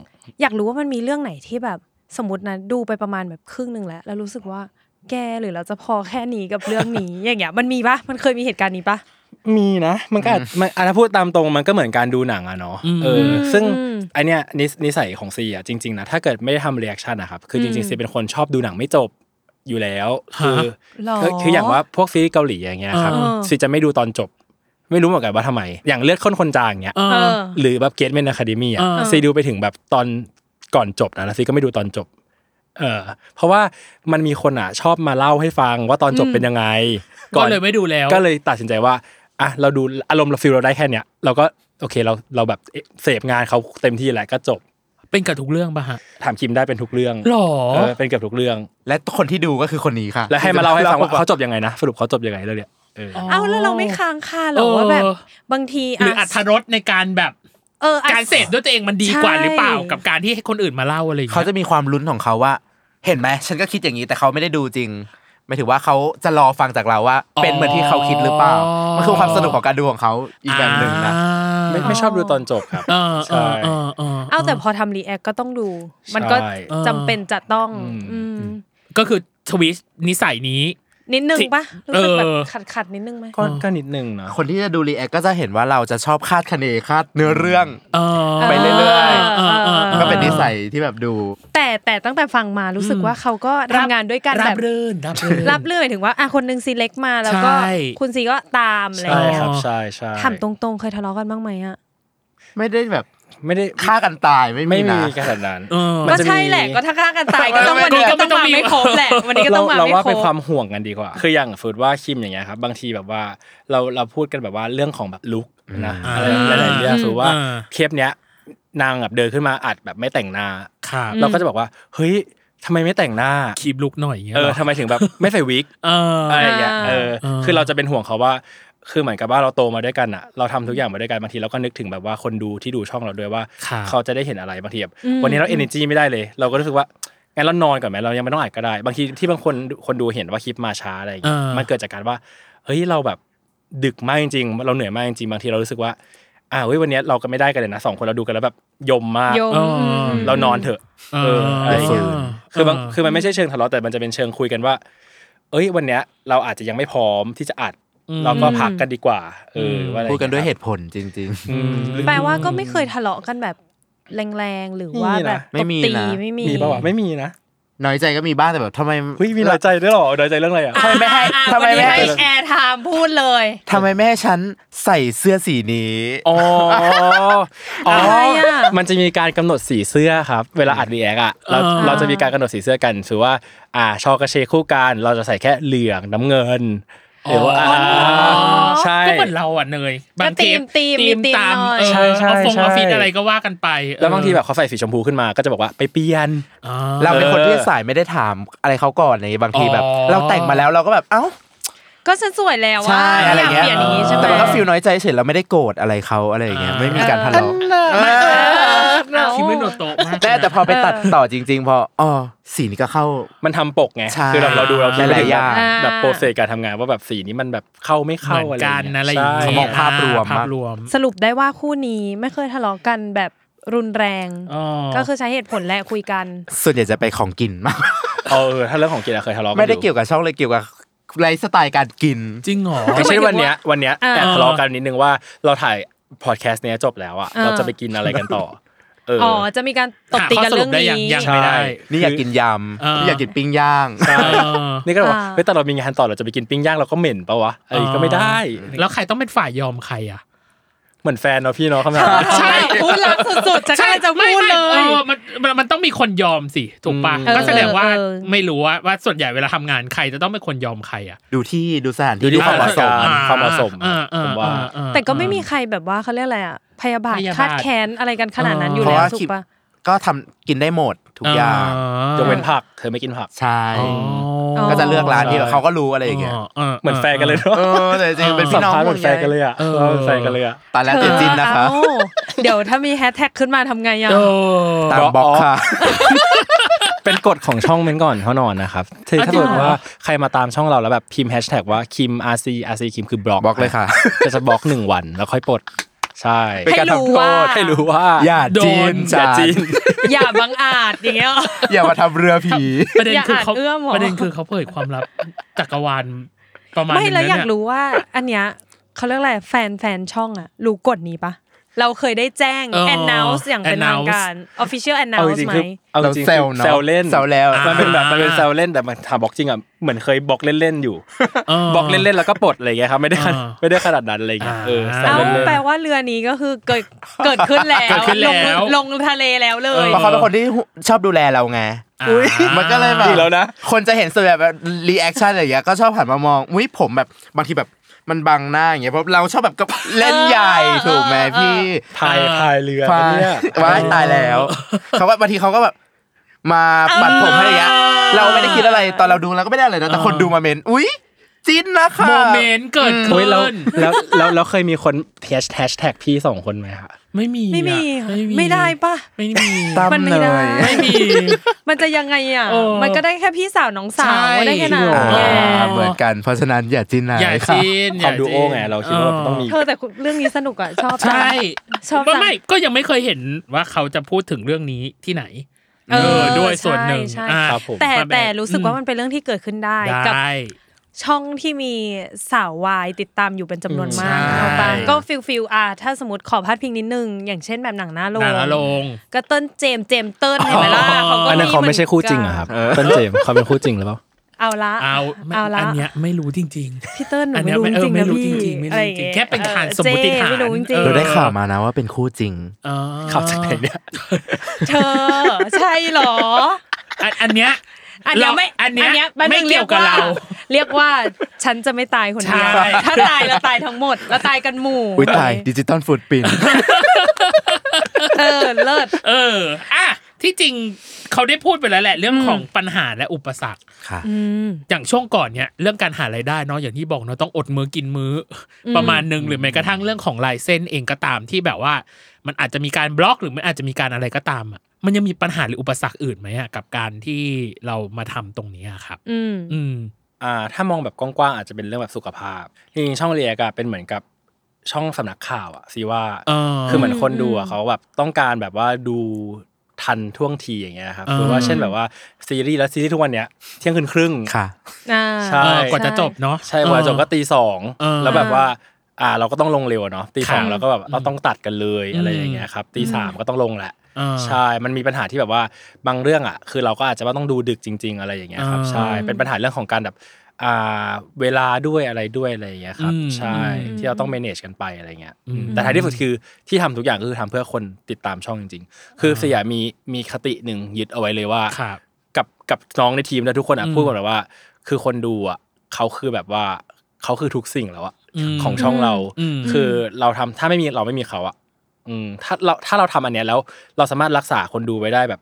S2: อยากรู้ว่ามันมีเรื่องไหนที่แบบสมมตินะดูไปประมาณแบบครึ่งหนึ่งแล้ว แล้วรู้สึกว่าแกหรือเราจะพอแค่นี้กับเรื่องนี้ อย่างเงี้ยมันมีปะมันเคยมีเหตุการณ์นี้ปะ
S3: มีนะมันก็อาจมันอ่ะถ้าพูดตามตรงมันก็เหมือนการดูหนังอะเนาะ
S1: อืม
S3: เออซึ่ง
S2: อืม
S3: อันเนี้ยนิสนิสัยของซีอะจริงๆนะถ้าเกิดไม่ได้ทำเรีแอคชั่นนะครับคือจริง
S2: อื
S3: ๆ
S2: ม
S3: ซีเป็นคนชอบดูหนังไม่จบอยู่แล้วคือ
S2: หรอ
S3: คือคืออย่างว่าพวกซีรีส์เกาหลีอย่างเงี้ยครับ
S1: เออ
S3: ซีจะไม่ดูตอนจบ ไม่รู้เหมือนกันว่าทำไม อย่างเลือดข้นคนจางเงี้ย
S1: เอ
S2: เอ
S1: อ
S2: อ
S3: หรือแบบเกตเมนอะคาเดมี่อะ
S1: เออ
S3: ซีดูไปถึงแบบตอนก่อนจบนะแล้วซีก็ไม่ดูตอนจบ เออ เพราะว่ามันมีคนอะชอบมาเล่าให้ฟังว่าตอนจบเป็นยังไง
S1: ก็เลยไม่ดูแล้ว
S3: ก็เลยตัดสินใจว่าอ่ะเราดูอารมณ์เราฟิลเราได้แค่เนี้ยเราก็โอเคเราเราแบบเอ๊ะเสพงานเขาเต็มที่แหละก็จบ
S1: เป็นกับทุกเรื่องป่ะฮะ
S3: ถามคิมได้เป็นทุกเรื่อง
S1: หรอ
S3: เออเป็นเกือบทุกเรื่อง
S4: และคนที่ดูก็คือคนนี้ค่ะ
S3: แล้วให้มาเล่าให้ฟังว่าเขาจบยังไงนะสรุปเขาจบยังไงเรื่องเนี้ยเออ
S2: เอาแล้วเราไม่ค้างคาเหรอว่าแบบ
S1: เออ
S2: บางทีะ
S1: หรืออัธรสในการแบบ
S2: เอออ่ะ
S1: การเสพด้วยตัวเองมันดีกว่า
S2: ใช่
S1: หรือเปล่ากับการที่ให้คนอื่นมาเล่าอะไรอย่าง
S4: เขา
S1: เงี้ย
S4: จะมีความลุ้นของเขาว่า เห็นไหมฉันก็คิดอย่างนี้แต่เขาไม่ได้ดูจริงหมายถึงว่าเขาจะรอฟังจากเราว่า
S1: อ๋อ
S4: เป็นเหมือนที่เขาคิดหรือเปล่ามันคือความสนุกของการดูของเขาอีกแบบหนึ่งนะ
S1: อ่า
S3: ไม่ไม่ชอบดูตอนจบครับ
S1: เออเอ
S3: ใช่
S1: อเออเออ
S2: เอาแต่พอทำรีแอคก็ต้องดู มันก็
S3: ใช่
S2: จำเป็นจะต้อง
S3: อืม
S2: อืม
S1: ก็คือทวิชนิสัยนี้
S2: นิดนึงปะรู้สึกแบบ
S1: เออ
S2: ขัดขัดๆนิดนึงไหม
S3: ก็ก็นิดนึงนะ
S4: คนที่จะดูรีแอคก็จะเห็นว่าเราจะชอบคาดคะเนคาดเนื้อเรื่อง
S1: เออ
S4: ไปเรื่อยๆ
S1: เออเออออ
S4: ก็เป็นนิสัยที่แบบดู
S2: แต่แต่ตั้งแต่ฟังมารู้สึกว่าเขาก็ทำงานด้วยกัน
S1: รั
S2: แบบ บ
S1: รื่นรับรื่น
S2: รับเรื่องหมายถึงว่าอ่ะคนหนึ่งซีเล็กมาแล้วก็
S1: ใช่
S2: คุณซีก็ตามอะไรอ
S3: ใช่
S2: ย่างเงี้ย
S3: ครับใช่ใช่
S2: ถามตรงๆเคยทะเลาะกันบ้างไหมอ่ะ
S4: ไม่ได้แบบ
S3: ไม่ได้
S4: ฆ่ากันตายไม่
S3: ไม่
S4: มี
S3: มี
S4: นะ
S3: ขนาดนั้น
S1: เออ
S3: มัน
S2: ก็
S3: จะมี
S2: ใช่แหละก็ถ้าฆ่ากันตายก็ต้อง
S4: ไม่
S2: วัน
S4: ไม่
S2: นี้ก็ต้อง
S1: ไม่
S2: มา
S1: ไม่
S2: ไม่ครบแหละวันนี้ก็ต้องมา
S3: เรา
S2: ไม่
S3: ว่า
S2: คร
S3: เป็นควา
S2: บ
S3: มห่วงกันดีกว่า คืออย่างสมมติว่าคิมอย่างเงี้ยครับ บางทีแบบว่าเราเราพูดกันแบบว่าเรื่องของแบบลุกนะ
S1: อืม
S3: อะไรหลายๆเรื่อง
S2: อืม
S3: สมมติว่า
S1: อ่า
S3: เทปเนี้ยนางแบบเดินขึ้นมาอัดแบบไม่แต่งหน้า
S1: ครับ
S3: เราก็จะบอกว่า เฮ้ยทำไมไม่แต่งหน้า
S1: คีบลุกหน่อยย่างเงี้ย
S3: เอ
S1: หร
S3: อทำไมถึงแบบไม่ใส่วิก
S1: เออ
S3: อะไรอย่างเงี้ยเอออา คือเราจะเป็นห่วงเขาว่า คือเหมือนกับว่าเราโตมาด้วยกันอะเราทำทุกอย่างมาด้วยกันบางทีเราก็นึกถึงแบบว่าคนดูที่ดูช่องเราด้วยว่า
S1: ครับ
S3: เขาจะได้เห็นอะไรบางทีแบบวันนี้เราเอเนจีไม่ได้เลย เราก็รู้สึกว่างั้นเรานอนก่อนไหมเรายังไม่ต้องอ่านก็ได้ บางทีที่บางคนคนดูเห็นว่าคลิปมาช้าอะไรอย่างเงี้ย
S1: อ่ามั
S3: มันเกิดจากการว่าเฮ้ยเราแบบดึกมากจริงๆเราเหนื่อยมากจริงๆบางทีเรารู้สึกว่าอ่าเฮ้ยวันนี้เราก็ไม่ได้กันเลยนะสองคนเราดูกันแล้วแบบยมมาก
S2: โยม
S1: เออ
S2: ม
S3: เรานอนเถอะ
S1: เอ
S3: เอออะไรอย่างเงี้ย
S1: เ
S3: คือบางคือมันไม่ใช่เชิงทะเลาะแต่มันจะเป็นเชิงคุยกันว่า เอ้ยวันเนี้ยเราอาจจะยังไม่พร้อมที่จะอัด
S1: อืม
S3: เราก็พักกันดีกว่าเออว่าอะไร
S4: พูดกันด้วยเห
S3: อางงี้
S4: ตุผลจริง
S3: อืม
S2: แปลว่าก็ไม่เคยทะเลาะกันแบบแรงๆหรือว่าแบบ
S4: ไม่
S2: ตบ
S4: มี
S2: ตี
S4: นะ
S2: ไม่มี
S3: มีปะวะไม่มีนะ
S4: ๆ น้อยใจก็มีบ้างแต่แบบทำไม
S3: เฮ้ยมีน้อยใจด้วยเหรอน้อยใจเรื่องอะไรอ่ะ
S4: ทำไมไม่ให้
S2: อ่ะ
S4: ทำไม
S2: วันนี้
S4: ไม่ให้
S2: ให้แอร์ไทม์พูดเลย
S4: ทำไมแม่ฉันใส่เสื้อสีนี้
S3: อ๋อ อ๋อ
S2: อะไรอ่ะ
S3: มันจะมีการกำหนดสีเสื้อครับ เวลาอัดรีแอคอะเรา
S1: อ่า
S3: เราจะมีการกำหนดสีเสื้อกันถือว่า อ่า ชอกระเชคู่กัน เราจะใส่แค่เหลืองน้ำเงินหรือว่าอ่าใช่
S1: ก็เหมือนเราอ่ะเนยบางเทป
S2: ก็ธีมธีมมีธีม
S1: ตาม
S2: หน่อย
S1: เออ
S3: ใช่ใช่
S1: เอาฟง
S3: ใช่
S1: เอาฟิตอะไรก็ว่ากันไป
S3: แล้วบางทีแบบเขาใส่สีชมพูขึ้นมาก็จะบอกว่าไปเปลี่ยน
S1: อ๋อ
S4: เราเป็นคนที่สายไม่ได้ถามอะไรเขาก่อนในบางทีแบบ
S1: อ๋อ
S4: เราแต่งมาแล้วเราก็แบบเอ้า
S2: ก็ฉันสวยแล้วว่า
S4: ใช่อะไรเงี้ย
S2: เปลี่ยนอย่างนี้ใช่ไหม
S4: แต่มันก็ฟิลน้อยใจเฉยเราไม่ได้โกรธอะไรเขาอะไรอย่างเงี้ยไม่มีการทะเลาะ
S2: เอ้า
S1: คิมมิโนโตะมาก
S4: แต่แต่พอไปตัดต่อจริง ๆ พออ๋อสีนี้ก็เข้า
S3: มันทำปกไง
S4: ใช่
S3: คือเราเราดูเราคิด
S4: หลายๆ
S3: ไปถึงแบบ
S4: อย่าง
S3: แบบโปรเซสการทำงานว่าแบบสีนี้มันแบบเข้าไม่
S1: เห
S3: เข้า
S1: มือ
S3: อะไร
S1: น
S3: อย่า
S1: กันอะไรอย่างเงี้ย
S3: งเงี้ยใช่
S4: เขามองภาพรวม
S1: ภาพรวม
S2: สรุปได้ว่าคู่นี้ไม่เคยทะเลาะกันแบบรุนแรง
S1: อ๋อ
S2: ก็คือใช้เหตุผลและคุยกัน
S4: ส่วนใหญ่จะไปของกินมาก
S3: เออเออถ้าเรื่องของกินอะเคยทะเลาะน
S4: ไม่ได้
S3: อยู่
S4: เกี่ยวกับช่องเลยเกี่ยวกับไลฟ์สไตล์การกิน
S1: จริงเหรอ
S3: อย่างเช่นวันเนี้ยวันเนี้ย
S2: อ่า
S3: แอบทะเลาะกันนิดนึงว่าเราถ่ายพอดแคสต์เนี้ยจบแล้วอ่ะเราจะไปกินอะไรกันต่อ เอออ
S2: อ๋อจะมีการตบตีกันเรื่อง
S1: หาข้อ
S2: นี้
S1: สรุปได้อย่าง ไม่ได้
S4: นี่อยากกินย
S1: เออ
S4: ำนี่อยากกินปิ้งย่าง
S1: เออ
S3: นี่ก็บอกว่า
S2: อ่า
S3: เฮ้ยแต่เรามีงานต่อเราจะไปกินปิ้งย่างเราก็เหม็นปะวะเอ้ยก็ไม่ได้
S1: แล้วใครต้องเป็นฝ่ายยอมใครอ่ะ
S3: เหมือนแฟนเนาะพี่เนาะคำถาม
S2: ใช่พูดรักสุดๆจะกล้าจะพูดเล
S1: ไม่
S2: ย
S1: ไม่ออมันมันมันต้องมีคนยอมสิถูกปะ
S2: อืม
S1: ก็แสดงว่า
S2: เออเออ
S1: ไม่รู้ว่าว่าส่วนใหญ่เวลาทำงานใครจะต้องเป็นคนยอมใครอ่ะ
S4: ดูที่ดูสถาน
S3: ดู
S4: ที่
S3: ที่
S4: ดูค
S3: คาว
S4: วาม ม
S3: เห
S4: เห
S3: มาะสม
S4: มาะสม
S1: อ่
S3: ความเหมาะสม
S1: อ่อ่
S3: ผมว่า
S1: อ่อ่
S2: แต่ก็ไม่มีใครแบบว่าเขาเรียกอะไรอ่ะ พยาบาท
S1: พยาบาท
S2: คาดแค้นอะไรกันขนาดนั้น
S1: เอออ
S2: อยู่
S4: เพราะ
S2: แล้ว
S4: ว่า
S2: ถูก
S4: คิด
S2: ปะ
S4: ก็ทำกินได้หมดทุกอย่าง
S3: ยกเว้นผัก เธอไม่กินผัก
S4: ใช่
S1: อ๋อ
S2: อ๋อ
S4: ก็จะเลือกร้านที่แบบเขาก็รู้อะไรอย่างเงี้ย
S3: เหมือนแฟนกันเลยเนาะ
S4: เออแต่จริงๆเป็นพี่น้อง
S3: สัมภาษณ์เหมือนแฟนกันเลยอ่ะเออเป็นแฟนกันเลยอ่ะ
S4: ตอนแรก
S2: เธ
S4: ติด
S2: อ
S4: จินนะคะ
S2: เอาเดี๋ยวถ้ามีแฮชแท็กขึ้นมาทำไงอ่ะ
S1: เออ
S4: ตามบล็อกค่ะ
S3: เป็นกฎของช่องเม้นก่อนเขานอนนะครับถ้าถ้า
S1: จริง
S3: เกิ
S1: เหรอ
S3: ดว่าใครมาตามช่องเราแล้วแบบพิมพ์แฮชแท็กว่าคิม RC RC คิมคือบล็อก
S4: บล็อกเลยค่ะ
S3: จะจะบล็อกหนึ่งวันแล้วค่อยปลดใช่
S4: เป็นการทำโทษ
S3: ให้รู้ว่า
S4: อย่าจีน
S3: อ
S4: จ้า
S3: ย่าจีน
S2: อย่าบังอาจอย่างเงี้ยเหรอ
S4: อย่ามาทำเรือผี
S1: ประเด็นคือเขา
S2: อย่าอ่านเอื้อมหรอ
S1: ประเด็นคือเขาเผยความลับจักรวาลประมาณ
S2: ไม่แล้ว
S1: หนึ่
S2: อ
S1: ง
S2: ยาก
S1: นะเนี่ย
S2: รู้ว่า อันเนี้ยเขาเรียกอะไรแฟนแฟนช่องอะรู้กฎนี้ปะเราเคยได้แจ้ง
S1: เออ
S2: announce อย่างเป็นทางการ official
S3: เอาจ
S2: announce
S3: ริง
S2: ไหม
S3: ๆคือเอาจริงๆ
S4: เราแซวเนอะ
S3: แซวเล่น
S4: แซวแล้ว
S3: มันเป็นแบบ
S1: อ่ามั
S3: มันเป็นแซวเล่นแต่มันถามบล็อกจริงอ่ะเหมือนเคยบล็อกเล่นๆอยู่
S1: เออ
S3: บล็อกเล่นๆแล้วก็ปลดอะไรอย่างเงี้ยครับไม่ได้ขนาด
S1: อ่า
S3: ไม่ได้ขนาดนั้นอะไรอย่างเงี้ยเออแซว
S2: เอา
S3: เล่น
S2: แปล
S3: ๆ
S2: ว่าเรือนี้ก็คือเกิดเกิดขึ้นแล้ว
S1: เกิดขึ้นแล้ว
S2: งลงทะเลแล้วเลย
S4: เพราะเขาเป็นคนที่ชอบดูแลเราไง
S1: อ่า
S4: มันก็เลยแบบ
S3: อีกแล้วนะ
S4: คนจะเห็นส่วนใหญ่แบบรีแอคชั่นอะไรอย่างเงี้ยก็ชอบหันมามองอุ้ยผมแบบบางทีแบบมันบังหน้าอย่างเงี้ยเพราะเราชอบแบบกับเล่นใหญ่ถูกไหมพี่
S3: พายพายเรือ
S4: ฟา
S3: เนี่ย
S4: ว้ายตายแล้วเขาว่าบางทีเขาก็แบบมาปัดผมให้อย่างเงี้ยเราไม่ได้คิดอะไรตอนเราดูเราก็ไม่ได้อะไรนะแต่คนดูมาเมนอุ้ยจิ้นนะคะ
S1: โมเมนต์เกิด
S3: เฮ้ยแล้ว
S1: ขึ้น
S3: แล้วแล้วแล้วเคยมีคนแฮชแฮชแท็กพี่สองคนไหมคะ
S1: ไม่มีอะ
S2: ไม่มี
S1: ไม่
S2: ไม่ได้ปะ
S1: ไม่มี
S4: ตั้ม
S2: มันไม่
S4: เล
S2: ได้
S4: ย
S1: ไม่มี
S2: มันจะยังไงอ่ะ
S1: เออ
S2: มันก็ได้แค่พี่สาวน้องสาว
S1: ใช่
S2: มันได้แค่นั้น
S3: จริงเหร
S2: ไง
S4: อ่าเหมือนกันเพราะฉะนั้นอย่าจิ้นนะ
S1: อย่า
S4: ค่ะ
S1: จีน
S3: ความดูโอไงเราคิดว่ามันต้องมี
S2: เธอแต่เรื่องนี้สนุกอ่ะชอบ
S1: ใช่
S2: ชอบ
S1: ไม่
S2: จัง
S1: ไม่ก็ยังไม่เคยเห็นว่าเขาจะพูดถึงเรื่องนี้ที่ไหน
S2: เอ
S1: เอ
S2: อ
S1: อด้วยส่วนหนึ่ง
S2: ใช่
S1: อ่า
S3: ครับผม
S2: แต่
S1: มันเป็น
S2: แต่รู้สึกว่ามันเป็นเรื่องที่เกิดขึ้นได้
S1: ได้
S2: กับ
S1: ได้
S2: ช่องที่มีสาววายติดตามอยู่เป็นจำนวนมาก
S1: อืม
S2: เอาปะ
S1: ใช่
S2: ก็ฟิลฟิลอ่ะถ้าสมมติขอพาดพิงนิดนึง อย่างเช่นแบบหนังหน้าโร
S1: นาง ละลง
S2: ก็เติ้ลเจมส์เจมส์เติ้ลเห็นไหมล่ะ
S1: อ๋อ
S2: เขาก็
S3: อันนั้นเขาไม่ใช่คู่จริงเหรอะครับเต้นเจมส์เขาเป็นคู่จริงหรือเปล่า
S2: เอาละ
S1: เอาไม่
S2: เอาละ
S1: อันเนี้ยไม่รู้จริง
S2: พี่เติ้ลหนู
S1: อันเนี้
S2: ไม่
S1: ย
S2: รู้จริง
S1: ไม่เออ
S2: นะ
S1: ไม่รู้
S2: พี่
S1: จริงๆไม่รู้จริงๆ
S2: อะไรอย่างงี้ย
S1: แค่เป็นการสมมุติฐาน
S2: เจ๊ไม่รู้จริง
S1: เอ
S4: เรา
S1: อ
S4: ได้ข่าวมานะว่าเป็นคู่จริง
S1: ๆอ๋อ
S3: ข่าวจากไหนเนี่ย
S2: เธอใช่เหรอ
S1: อันอันเนี้ย
S2: อันเนี้ยไม่
S1: เราอันเนี้ย
S2: แป๊บนึง
S1: ไม่เกี่ยวกับเรา
S2: เรียกว่า ฉันจะไม่ต ายคนเดียว
S1: ใช่
S2: ถ้าตายแล้วตายทั้งหมด แล้วตายกันหมู่
S4: อุ้ยต ายดิจิตอลฟุตปิน
S2: เออเลิศ
S1: เอออ่ะที่จริงเขาได้พูดไปแล้วแหละ เรื่องของปัญหาและอุปสรรค
S4: ค่ะ
S1: อย่างช่วงก่อนเนี่ยเรื่องการหารายได้เนาะอย่างที่บอกเนาะต้องอดมื้อกินมื้ออประมาณหนึ่งหรือแม้กระทั่งเรื่องของลายเส้นเองก็ตามที่แบบว่า มันอาจจะมีการบล็อกหรือมันอาจจะมีการอะไรก็ตามอ่ะมันยังมีปัญหาหรืออุปสรรคอื่นไหมอ่ะกับการที่เรามาทำตรงนี้อะครับ
S2: อืม
S1: อืม
S3: อ่าถ้ามองแบบกว้างๆอาจจะเป็นเรื่องแบบสุขภาพจริงๆช่องเรียกอะเป็นเหมือนกับช่องสำนักข่าวอะซีว่า
S1: เออ
S3: คือเหมือนคนดู
S2: อืม
S3: อะเขาแบบต้องการแบบว่าดูทันท่วงทีอย่างเงี้ยครับ
S1: เออ
S3: คือว่าเช่นแบบว่าซีรีส์แล้วซีรีส์ทุกวันเนี้ยเที่ยงคืนครึ่ง
S4: ค่ะ
S2: อ่า
S3: ใช่
S1: เออกว่าจะจบเนาะ
S3: ใช่กว่าจบก็ตีสอง
S1: เออ
S3: แล้วแบบว่าอ่าเราก็ต้องลงเร็วอะเนาะตีสอง
S1: ค่ะ
S3: เราก็แบบเราต้องตัดกันเลย
S1: อืม
S3: อะไรอย่างเงี้ยครับตีสามก็ต้องลงแหละ
S1: เออ
S3: ใช่ มันมีปัญหาที่แบบว่าบางเรื่องอ่ะ คือเราก็อาจจะว่าต้องดูดึกจริง ๆ อะไรอย่างเงี้ยครับ
S1: อ่า
S3: ใช่ เป็นปัญหาเรื่องของการแบบอ่าเวลาด้วยอะไรด้วยอะไรอย่างเงี้ยครับ
S1: อืม
S3: ใช่
S1: อืม
S3: ที่เราต้อง manage กันไปอะไรเงี้ย
S1: อืม
S3: แต่ท้ายที่สุดคือที่ทำทุกอย่างก็คือทำเพื่อคนติดตามช่องจริง ๆ คือสยามมีมีคติหนึ่งยึดเอาไว้เลยว่า
S1: ครับ
S3: กับกับน้องในทีมและทุกคนอ่ะ
S1: อืม
S3: พูดกันเลยว่า คือคนดูอ่ะเขาคือแบบว่าเขาคือทุกสิ่งแล้วอ่ะ
S1: อืม
S3: ของช่องเรา
S1: อืม
S3: คือเราทำถ้าไม่มีเราไม่มีเขาอ่ะ อืมถ้าเราถ้าเราทำอันเนี้ยแล้วเราสามารถรักษาคนดูไว้ได้แบบ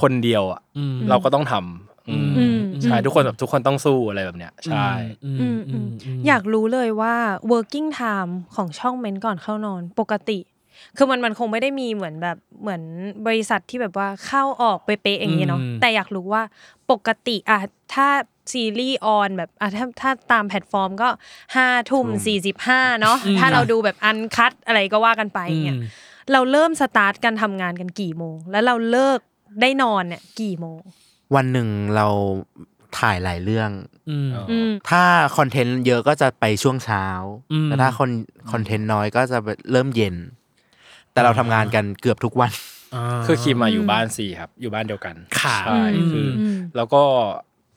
S3: คนเดียวอ่ะ
S1: อืม
S3: เราก็ต้องทำอืม
S2: อืม
S3: ใช่ทุกคนแบบทุกคนต้องสู้อะไรแบบเนี้ยใช่
S1: อืม
S2: อืม
S1: อืม
S2: อืมอยากรู้เลยว่า working time ของช่องเมนก่อนเข้านอนปกติ คือมันมันคงไม่ได้มีเหมือนแบบเหมือนบริษัทที่แบบว่าเข้าออกเป๊ะๆอย่างนี้เนาะ
S1: อืม
S2: แต่อยากรู้ว่าปกติอะถ้าซีรีส์ออนแบบอะถ้าถ้าตามแพลตฟอร์มก็ห้าทุ่มสี่สิบห้าเนาะถ้าเราดูแบบอันคัดอะไรก็ว่ากันไปเนี่ย เราเริ่มสตาร์ทการทำงานกันกี่โมง แล้วเราเลิกได้นอนเนี่ยกี่โมง
S4: วันหนึ่งเราถ่ายหลายเรื่อง
S1: อืม
S2: อืม
S4: ถ้าคอนเทนต์เยอะก็จะไปช่วงเช้า
S1: อืม
S4: แต่ถ้าคอนคอนเทนต์น้อยก็จะเริ่มเย็น แต่เราทำงานกันเกือบทุกวัน
S1: อ่า
S3: คือคิมมาอยู่บ้านสี่ครับ อยู่บ้านเดียวกัน
S1: ค่ะ
S3: ใช่
S1: อืม
S3: คืออ
S2: ม
S3: แล้วก็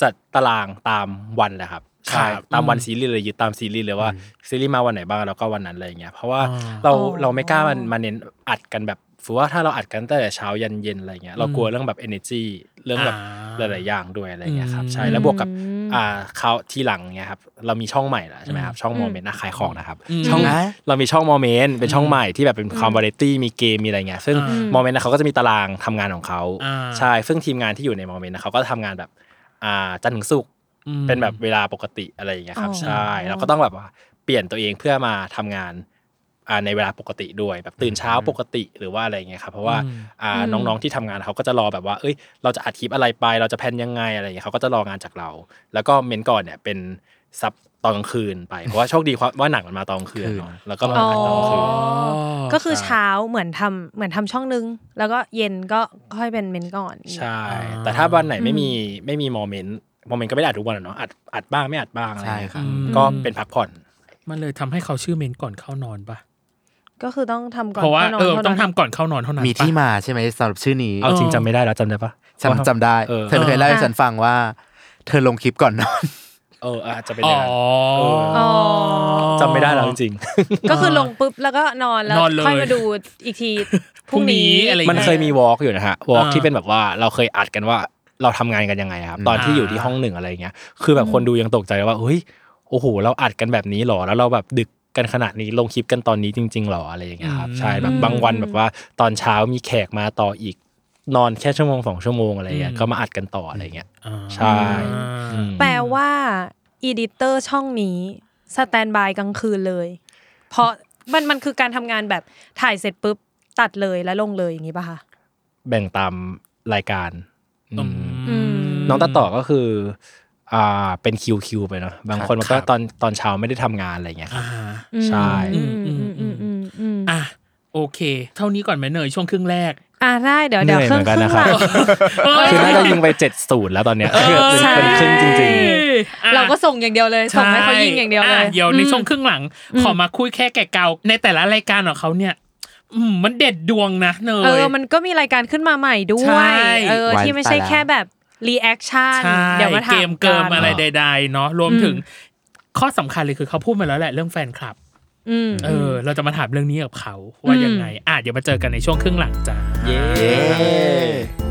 S3: จัดตารางตามวันแหละครับใช่
S1: ครับ
S3: ตามวัน
S1: อืม
S3: ซีรีส์เลยยึดตามซีรีส์เลยว่าซีรีส์มาวันไหนบ้างแล้วก็วันนั้นอะไรอย่างเงี้ยเพราะว่า
S1: อ๋อ
S3: เรา
S2: อ๋อ
S3: เราไม่กล้ามันมาเน้นอัดกันแบบสมมุติว่าถ้าเราอัดกันตั้งแต่เช้ายันเย็นอะไรเงี้ยเรากลัวเรื่องแบบ energy เรื่องแบบห
S1: อ่า
S3: ลายๆอย่างด้วยอะไรเงี้ยครับ
S1: อืม
S3: ใช่แล้วบวกกับ
S2: อืม
S3: อ่าเขาทีหลังเนี่ยครับเรามีช่องใหม่แล้วใช่ไหมครับช่องโมเมนต์นะขายของนะครับ
S1: อืม
S3: ช่อง
S4: นะ
S3: เรามีช่องโมเมนต์เป็นช่องใหม่ที่แบบเป็นความวาไรตี้มีเกมมีอะไรเงี้ยซึ่ง
S1: อืม
S3: โมเมนต์นะเขาก็จะมีตารางทำงานของเขา
S1: อ่า
S3: ใช่ซึ่งทีมงานที่อยู่ในโมเมนต์นะเขาก็ทำงานแบบอ่าจันทร์ถึงศุกร์
S1: อืม
S3: เป็นแบบเวลาปกติอะไรอย่างเงี้ยครับ
S2: อ๋อ
S3: ใช่เราก็ต้องแบบว่าเปลี่ยนตัวเองเพื่อมาทำงานอ่าในเวลาปกติด้วยแบบตื่นเช้าปกติหรือว่าอะไรอย่างเงี้ยครับเพราะว่า
S1: อืม
S3: อ่าน้องๆที่ทำงานเขาก็จะรอแบบว่า เอ้ย เราจะอัดคลิปอะไรไป เราจะแพลนยังไงอะไรอย่างเงี้ยเขาก็จะรองานจากเรา แล้วก็เมนก่อนเนี่ยเป็นซับตอนกลางคืนไปเพราะว่าโชคดีว่าหนังมันมาตอนกลางคืนเนอะแล้วก็มา
S2: อ๋อ
S3: อัดตอนกลางคืน
S2: ก็คือ
S3: ใช่
S2: เช้าเหมือนทำเหมือนทำช่องนึง แล้วก็เย็นก็ค่อยเป็นเมนก่อน
S3: ใช่ แต่ถ้าวันไหนไม่มีไม่มีโมเมนต์โมเมนต์ก็ไม่ได้อัดทุกวันอะเนาะอัดอัดบ้างไม่อัดบ้างอะไรอย่างเงี้ย
S4: ใช่ครับ
S3: ก็เป็นพักผ่อน
S1: มันเลยทำให้เขาชื่อเมนก่อนเข้านอนปะ
S2: ก็คือต้องทำก่อน
S1: เพราะว่า
S2: ข้นน
S1: เออ
S2: ท่านั้น
S1: ต้องทำก่อนเข้านอนเท่านั้น
S4: มี
S1: ปะ
S4: ที่มาใช่ไหมสำหรับชื่อนี้
S3: เอาจริงจำไม่ได้แล้วจำได้ปะ
S4: ฉันจำได้
S3: เออ
S4: เธอเคยเล่าให้ฉันฟังว่า เธอลงคลิปก่อนนอน
S3: เอออาจจะเป็นอ
S1: อ๋อย่าง
S3: นั้น
S1: อ
S2: อ
S3: จำไม่ได้แล้วจริง
S2: ก็คือลงปุ๊บแล้วก็นอนแล้ว
S1: นอนเลย
S2: ค่อยมาดูอีกทีพ
S1: พรุ่
S2: รุ่ง
S1: งนี้
S2: นี้
S1: อะไร
S3: ๆ มันเคยมีวอล์กอยู่นะฮะวอล์ก
S1: อ่า
S3: ที่เป็นแบบว่าเราเคยอัดกันว่าเราทำงานกันยังไงครับ ตอนที่อยู่ที่ห้องหนึ่งอะไรเงี้ย คือแบบคนดูยังตกใจว่าเฮ้ยโอ้โห เราอัดกันแบบนี้หรอ แล้วเราแบบดึกกันขนาดนี้ลงคลิปกันตอนนี้จริง ๆหรออะไรอย่างเงี้ยครับใช่แบบบางวันแบบว่าตอนเช้ามีแขกมาต่ออีก นอนแค่ชั่วโมงสองชั่วโมงอะไรเงี้ย
S1: อืม
S3: ก็มาอัดกันต่ออะไรเงี้ย
S1: อ่า
S3: ใช่ อืม
S2: แปลว่าอีดิเตอร์ช่องนี้สแตนบายกลางคืนเลย เพราะมันมันคือการทำงานแบบถ่ายเสร็จปุ๊บตัดเลยแล้วลงเลยอย่างนี้ป่ะคะ
S3: แบ่งตามรายการอื
S1: อื
S3: ม
S1: ม
S3: น้องตัดต่อก็คืออ่าเป็นคิวคิวไปเนาะบางคนมัน
S1: ครั
S3: ก็
S1: บ
S3: ตอนตอนเช้าไม่ได้ทำงานอะไรอย่างเงี้ยครับ
S1: อ่า
S3: ใช่
S2: อืมอืมอืมอืมอืม
S1: อ่ะโอเค เท่านี้ก่อนไหมเนยช่วงครึ่งแรก
S2: อ่าได้เดี๋ยวเดี๋ยว
S3: เหนื่อย
S2: เครื่อง
S3: เหมือนกัน
S2: ขึ้น
S3: นะครับ
S2: มา
S3: คือน่าจะยิงไปเจ็ดศูนย์แล้วตอนเนี้ยคือเป็น
S2: ใช่
S3: เป็นครึ่งจริง
S1: อ่ะ
S2: เราก็ส่งอย่างเดียวเลยส่งให้เขายิงอย่างเดียวเลย
S1: ใช่ะเดี๋ยวในช่วงครึ่งหลัง ขอมาคุยแค่แก่เก่าในแต่ละรายการของเขาเนี่ย อืมมันเด็ดดวงนะเนย
S2: เออ มันก็มีรายการขึ้นมาใหม่ด้
S1: ใช่
S2: วย เออ
S4: ไว้
S2: ที่ไม่ใช่
S4: ไปแล้ว
S2: แค่แบบรีแอคชั่น
S1: ใช่
S2: เดี๋ยวมาถาม
S1: เกมเกิมอะไร
S2: น
S1: ใดๆเนาะรวมถึง ข้อสำคัญเลยคือเขาพูดมาแล้วแหละเรื่องแฟนคลับ
S2: อืม
S1: เออ เราจะมาถามเรื่องนี้กับเขาว่ายังไงอ่ะเดี๋ยวมาเจอกันในช่วงครึ่งหลังจ้า
S4: เย้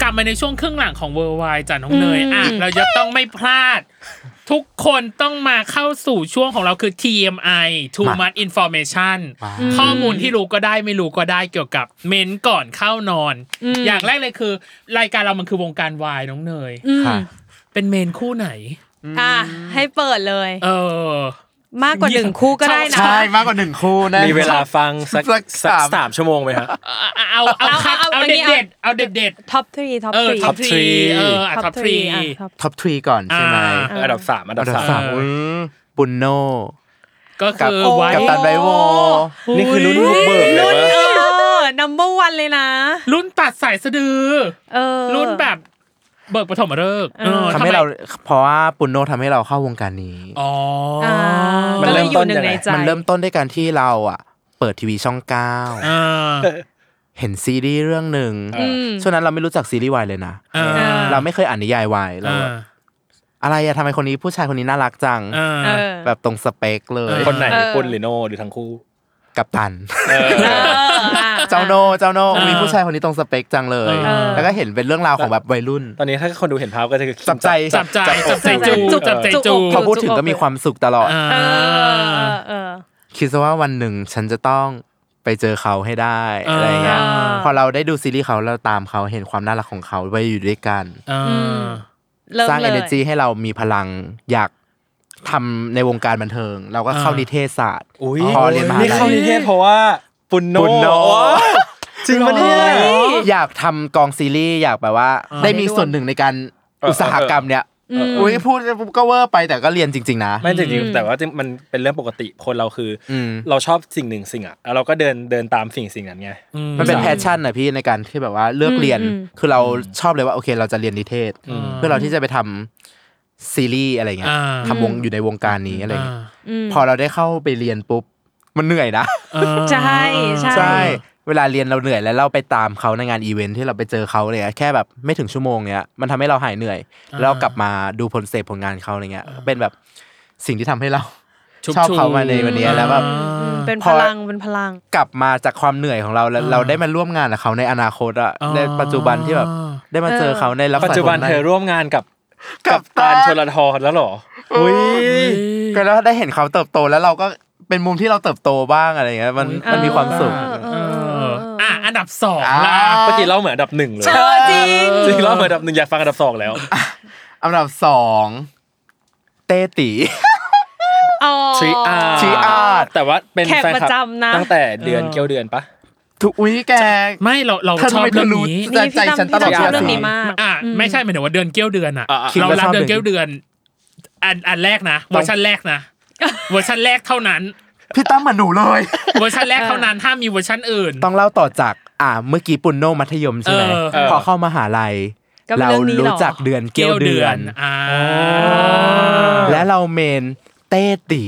S1: กลับมาในช่วงครึ่งหลังของเวอร์ไวจ้ะน้องเนย
S2: อืม
S1: อ่ะเราจะต้องไม่พลาด ทุกคนต้องมาเข้าสู่ช่วงของเราคือ TMI Too
S4: มา
S1: Much Information ข้อมูลที่รู้ก็ได้ไม่รู้ก็ได้เกี่ยวกับเมนก่อนเข้านอน อย่างแรกเลยคือ รายการเรามันคือวงการวายน้องเนย
S2: อืม
S4: ค่ะ
S1: เป็นเมนคู่ไหน
S2: อ่ะ ให้เปิดเลย
S1: เออ
S2: มากกว่าหนึ่งคู่ก็ได้นะ
S4: ใช่มากกว่าหนึ่งคู่แน่
S3: ๆ มีเวลาฟังสัก
S4: สัก
S3: สัก
S4: สาม
S3: สามชั่วโมงไหมฮะ
S1: เอาเอาเอา
S2: เอา
S1: คัด
S2: เอา
S1: เอา
S2: อันนี้
S1: เด็ด
S2: เอา
S1: เด็ดๆเอาเด็ดเด็ด
S2: ท็อปทรีท็อป
S1: ๆเออ
S2: ท
S1: ท็อ
S2: รี
S1: ปทรี
S3: three
S1: เอออ่ะท็อปทรี
S2: ท็อป
S4: ท็อปทรีก่อนใช่ไหม
S1: อ่า
S3: อันดับสามอันดั
S4: อั
S3: บ
S4: นดับ
S3: สา
S4: สามมอุ๊ยบุญโน
S1: ก็
S4: กับ
S1: คือ
S2: โอ้
S1: ไว้
S4: กับตันไบโว
S3: นี่คือรุ่นบุกเบิกเลย
S2: รุ่น
S3: วะ
S2: เออ number one เลยนะ
S1: รุ่นตัดสายสะดือ
S2: เออ
S1: รุ่นแบบเบิกปฐมฤกษ์เออ
S4: ทำให้เราเพราะว่าปุณโนทำให้เราเข้าวงการนี้
S1: อ๋ออ
S2: อ่า
S3: มันเริ่มต้น
S2: ก็เลยอยู่หนึ่
S3: ยัง
S2: งใน
S3: ไง
S2: ช่
S4: มันเริ่มต้นด้วยการที่เราอ่ะ เปิดทีวีช่องเก้า
S1: อ่า
S4: เห็นซีรีส์เรื่องหนึ่ง
S2: ม
S4: ช่วงนั้นเราไม่รู้จักซีรีส์วายเลยนะ
S1: อ่า
S4: เราไม่เคยอ่านนิยายวายเรา
S1: อ่า
S4: แบบอะไรอะทำไมคนนี้ผู้ชายคนนี้น่ารักจัง
S1: อ่า
S2: เออ
S4: แบบตรงสเปคเลย
S3: คนไหน
S2: เออ
S3: ปุณหรือโนหรือทั้งคู่
S4: กับตัน
S2: เอออ่ะ
S4: เจ้าโนเจ้าโน
S1: อ่ามี
S4: มีผู้ชายคนนี้ตรงสเปคจังเลย
S1: เออ
S4: แล้วก็เห็นเป็นเรื่องราวของแบบวัยรุ่น
S3: ตอนนี้ถ้าคนดูเห็นภาพก็จะคือ
S4: จับใจ
S1: จับใจจับใจ
S2: จับใจ
S1: จู
S2: จู
S1: บบ จับใจ
S2: จู
S1: จู
S2: บ
S4: พอพูดถึงก็มีความสุขตลอด
S1: อ่า
S2: เออเออเออ
S4: คิดซะว่าวันหนึ่งฉันจะต้องไปเจอเขาให้ได้
S1: า
S4: อะไรเงี้ย
S2: อ่า
S4: พอเราได้ดูซีรีส์เขาเราตามเขาเห็นความน่ารักของเขาไปอยู่ด้วยกัน
S1: อ่า
S2: เริ่ม
S4: สร้าง
S2: เลย
S4: energy ให้เรามีพลังอยากทำในวงการบันเทิง เราก็เข้า
S1: อ่านิ
S4: นิเทศศาสตร์
S3: อุ้ย
S4: พอเรียนมหา
S3: นี่เข้า
S4: ลัย
S3: นิเทศเพราะว่าปุณโน
S4: ปุณโน่
S3: โอ้ยจริงปะเนี่ย
S4: อยากทำกองซีรีส์อยากแบบว่า ได้มีส่วนหนึ่งในการ
S3: เอออุ
S4: อุตสาหกรรมเนี่ย
S2: อืม
S4: อุ้ยพูดก็เวอร์ไปแต่ก็เรียนจริง ๆ นะ
S3: ไม่จริง
S2: อืม
S3: ๆแต่ว่าจริงมันเป็นเรื่องปกติคนเราคืออ
S4: ม
S3: เราชอบสิ่งหนึ่งสิ่งอ่ะแล้วเราก็เดินเดินตามสิ่งสิ่งนั้นไง
S4: มันเป็น
S1: อื
S4: แพชชั่นนะพี่ในการที่แบบว่าเลือกเรียน
S2: อืมอืม
S4: คือเราชอบเลยว่าโอเคเราจะเรียนนิเทศ
S3: อืม
S4: เพื่อเราที่จะไปทำซีรีส์อะไรเงี้ย
S1: อ่า
S4: ทำวงอยู่ในวงการนี้อะไรเงี้ย
S1: า
S2: อืม
S4: พอเราได้เข้าไปเรียนปุ๊บ มันเหนื่อยนะ
S1: อ่า
S2: ใช่ใช่
S4: ใช่ เวลาเรียนเราเหนื่อยแล้วเราไปตามเขาในงานอีเวนท์ที่เราไปเจอเขาเนี่ยแค่แบบไม่ถึงชั่วโมงเนี่ยมันทำให้เราหายเหนื่อย แล้วเรากลับมาดูผลเสพผลงานเขาอะไรเงี้ยเป็นแบบสิ่งที่ทำให้เรา
S1: ชุบ
S4: ชอบ
S1: ชู
S4: เขามาในวันนี้แล้วแบบ
S2: อืมเป็น
S4: พ
S2: พ
S4: อ
S2: ลังเป็นพลัง
S4: กลับมาจากความเหนื่อยของเราแล้ว
S1: อ่า
S4: เราได้มาร่วมงานกับเขาในอนาคตอะ
S1: อ๋อ
S4: ในปัจจุบันที่แบบได้มาเจอเขาในรับ
S3: ปัจจุบันเธอร่วมงานกับ
S4: กับ
S3: ตาลชลทรแล้วเหรออุ้ย
S4: ก็แล้วได้เห็นเขาเติบโตแล้วเราก็เป็นมุมที่เราเติบโตบ้างอะไรเงี้ยมัน
S1: อุ๊ย
S4: มันมีความสุข
S2: เอ
S1: เอ
S2: อ
S1: อ
S2: เออเอออ่
S1: อ่ะอันดับสอง
S4: อ่า
S1: ละ
S3: เมื่อกี้เล่าเหมือนอันดับหนึ่งเลย
S2: เออจริง
S3: จริงๆเล่าเหมือนอันดับหนึ่งอยากฟังอันดับสองแล้ว
S4: อันดับสองเต้ตี
S2: อ๋อ
S3: ทริอาร์
S4: Tree Art
S3: แต่ว่าเป็น
S2: แขก
S3: แฟน
S2: ประ
S3: คลับ
S2: จำนะ
S3: ตั้งแต่เดือน
S1: เออ
S3: เกี่ยวเดือนปะ
S4: ทุกอุ้ยแก
S1: ไม่เราเรา
S4: เธอ
S1: ชอบ
S4: ทำไมเธ
S1: เรื่อ
S4: องรู้
S1: นี้
S4: ใจใจฉันตลอด
S2: พี่ตั้มพี่ตั้มชอบเรื่อง
S1: ใช่
S2: นี้มาก
S1: อ่ะ
S2: อื
S1: ไม่ใช่หมายถึงว่าเดือนเกี้ยวเดือนอ่ะ
S3: อ่ะอ่ะ
S1: เรารับเดือนเกี้ยวเดือน อันอันแรกนะเวอร์ชันแรกนะเวอร์ชันแรกเท่านั้น
S4: พี่ตั้มมาหนูเลย
S1: เวอร์ชันแรกเท่านั้นห้ามมีเวอร์ชันอื่น
S4: ต้องเล่าต่อจากอ่าเมื่อกี้ปุนโนมัธยมใช่ไหม
S1: เออเออ
S4: พอเข้ามหาลัย
S2: ก็เป็น
S4: เรา
S2: เรื่องนี้เหรอ
S4: รู้จักเดือนเกี้ยวเดือน
S1: อ่า
S4: และเราเมนเต้ตี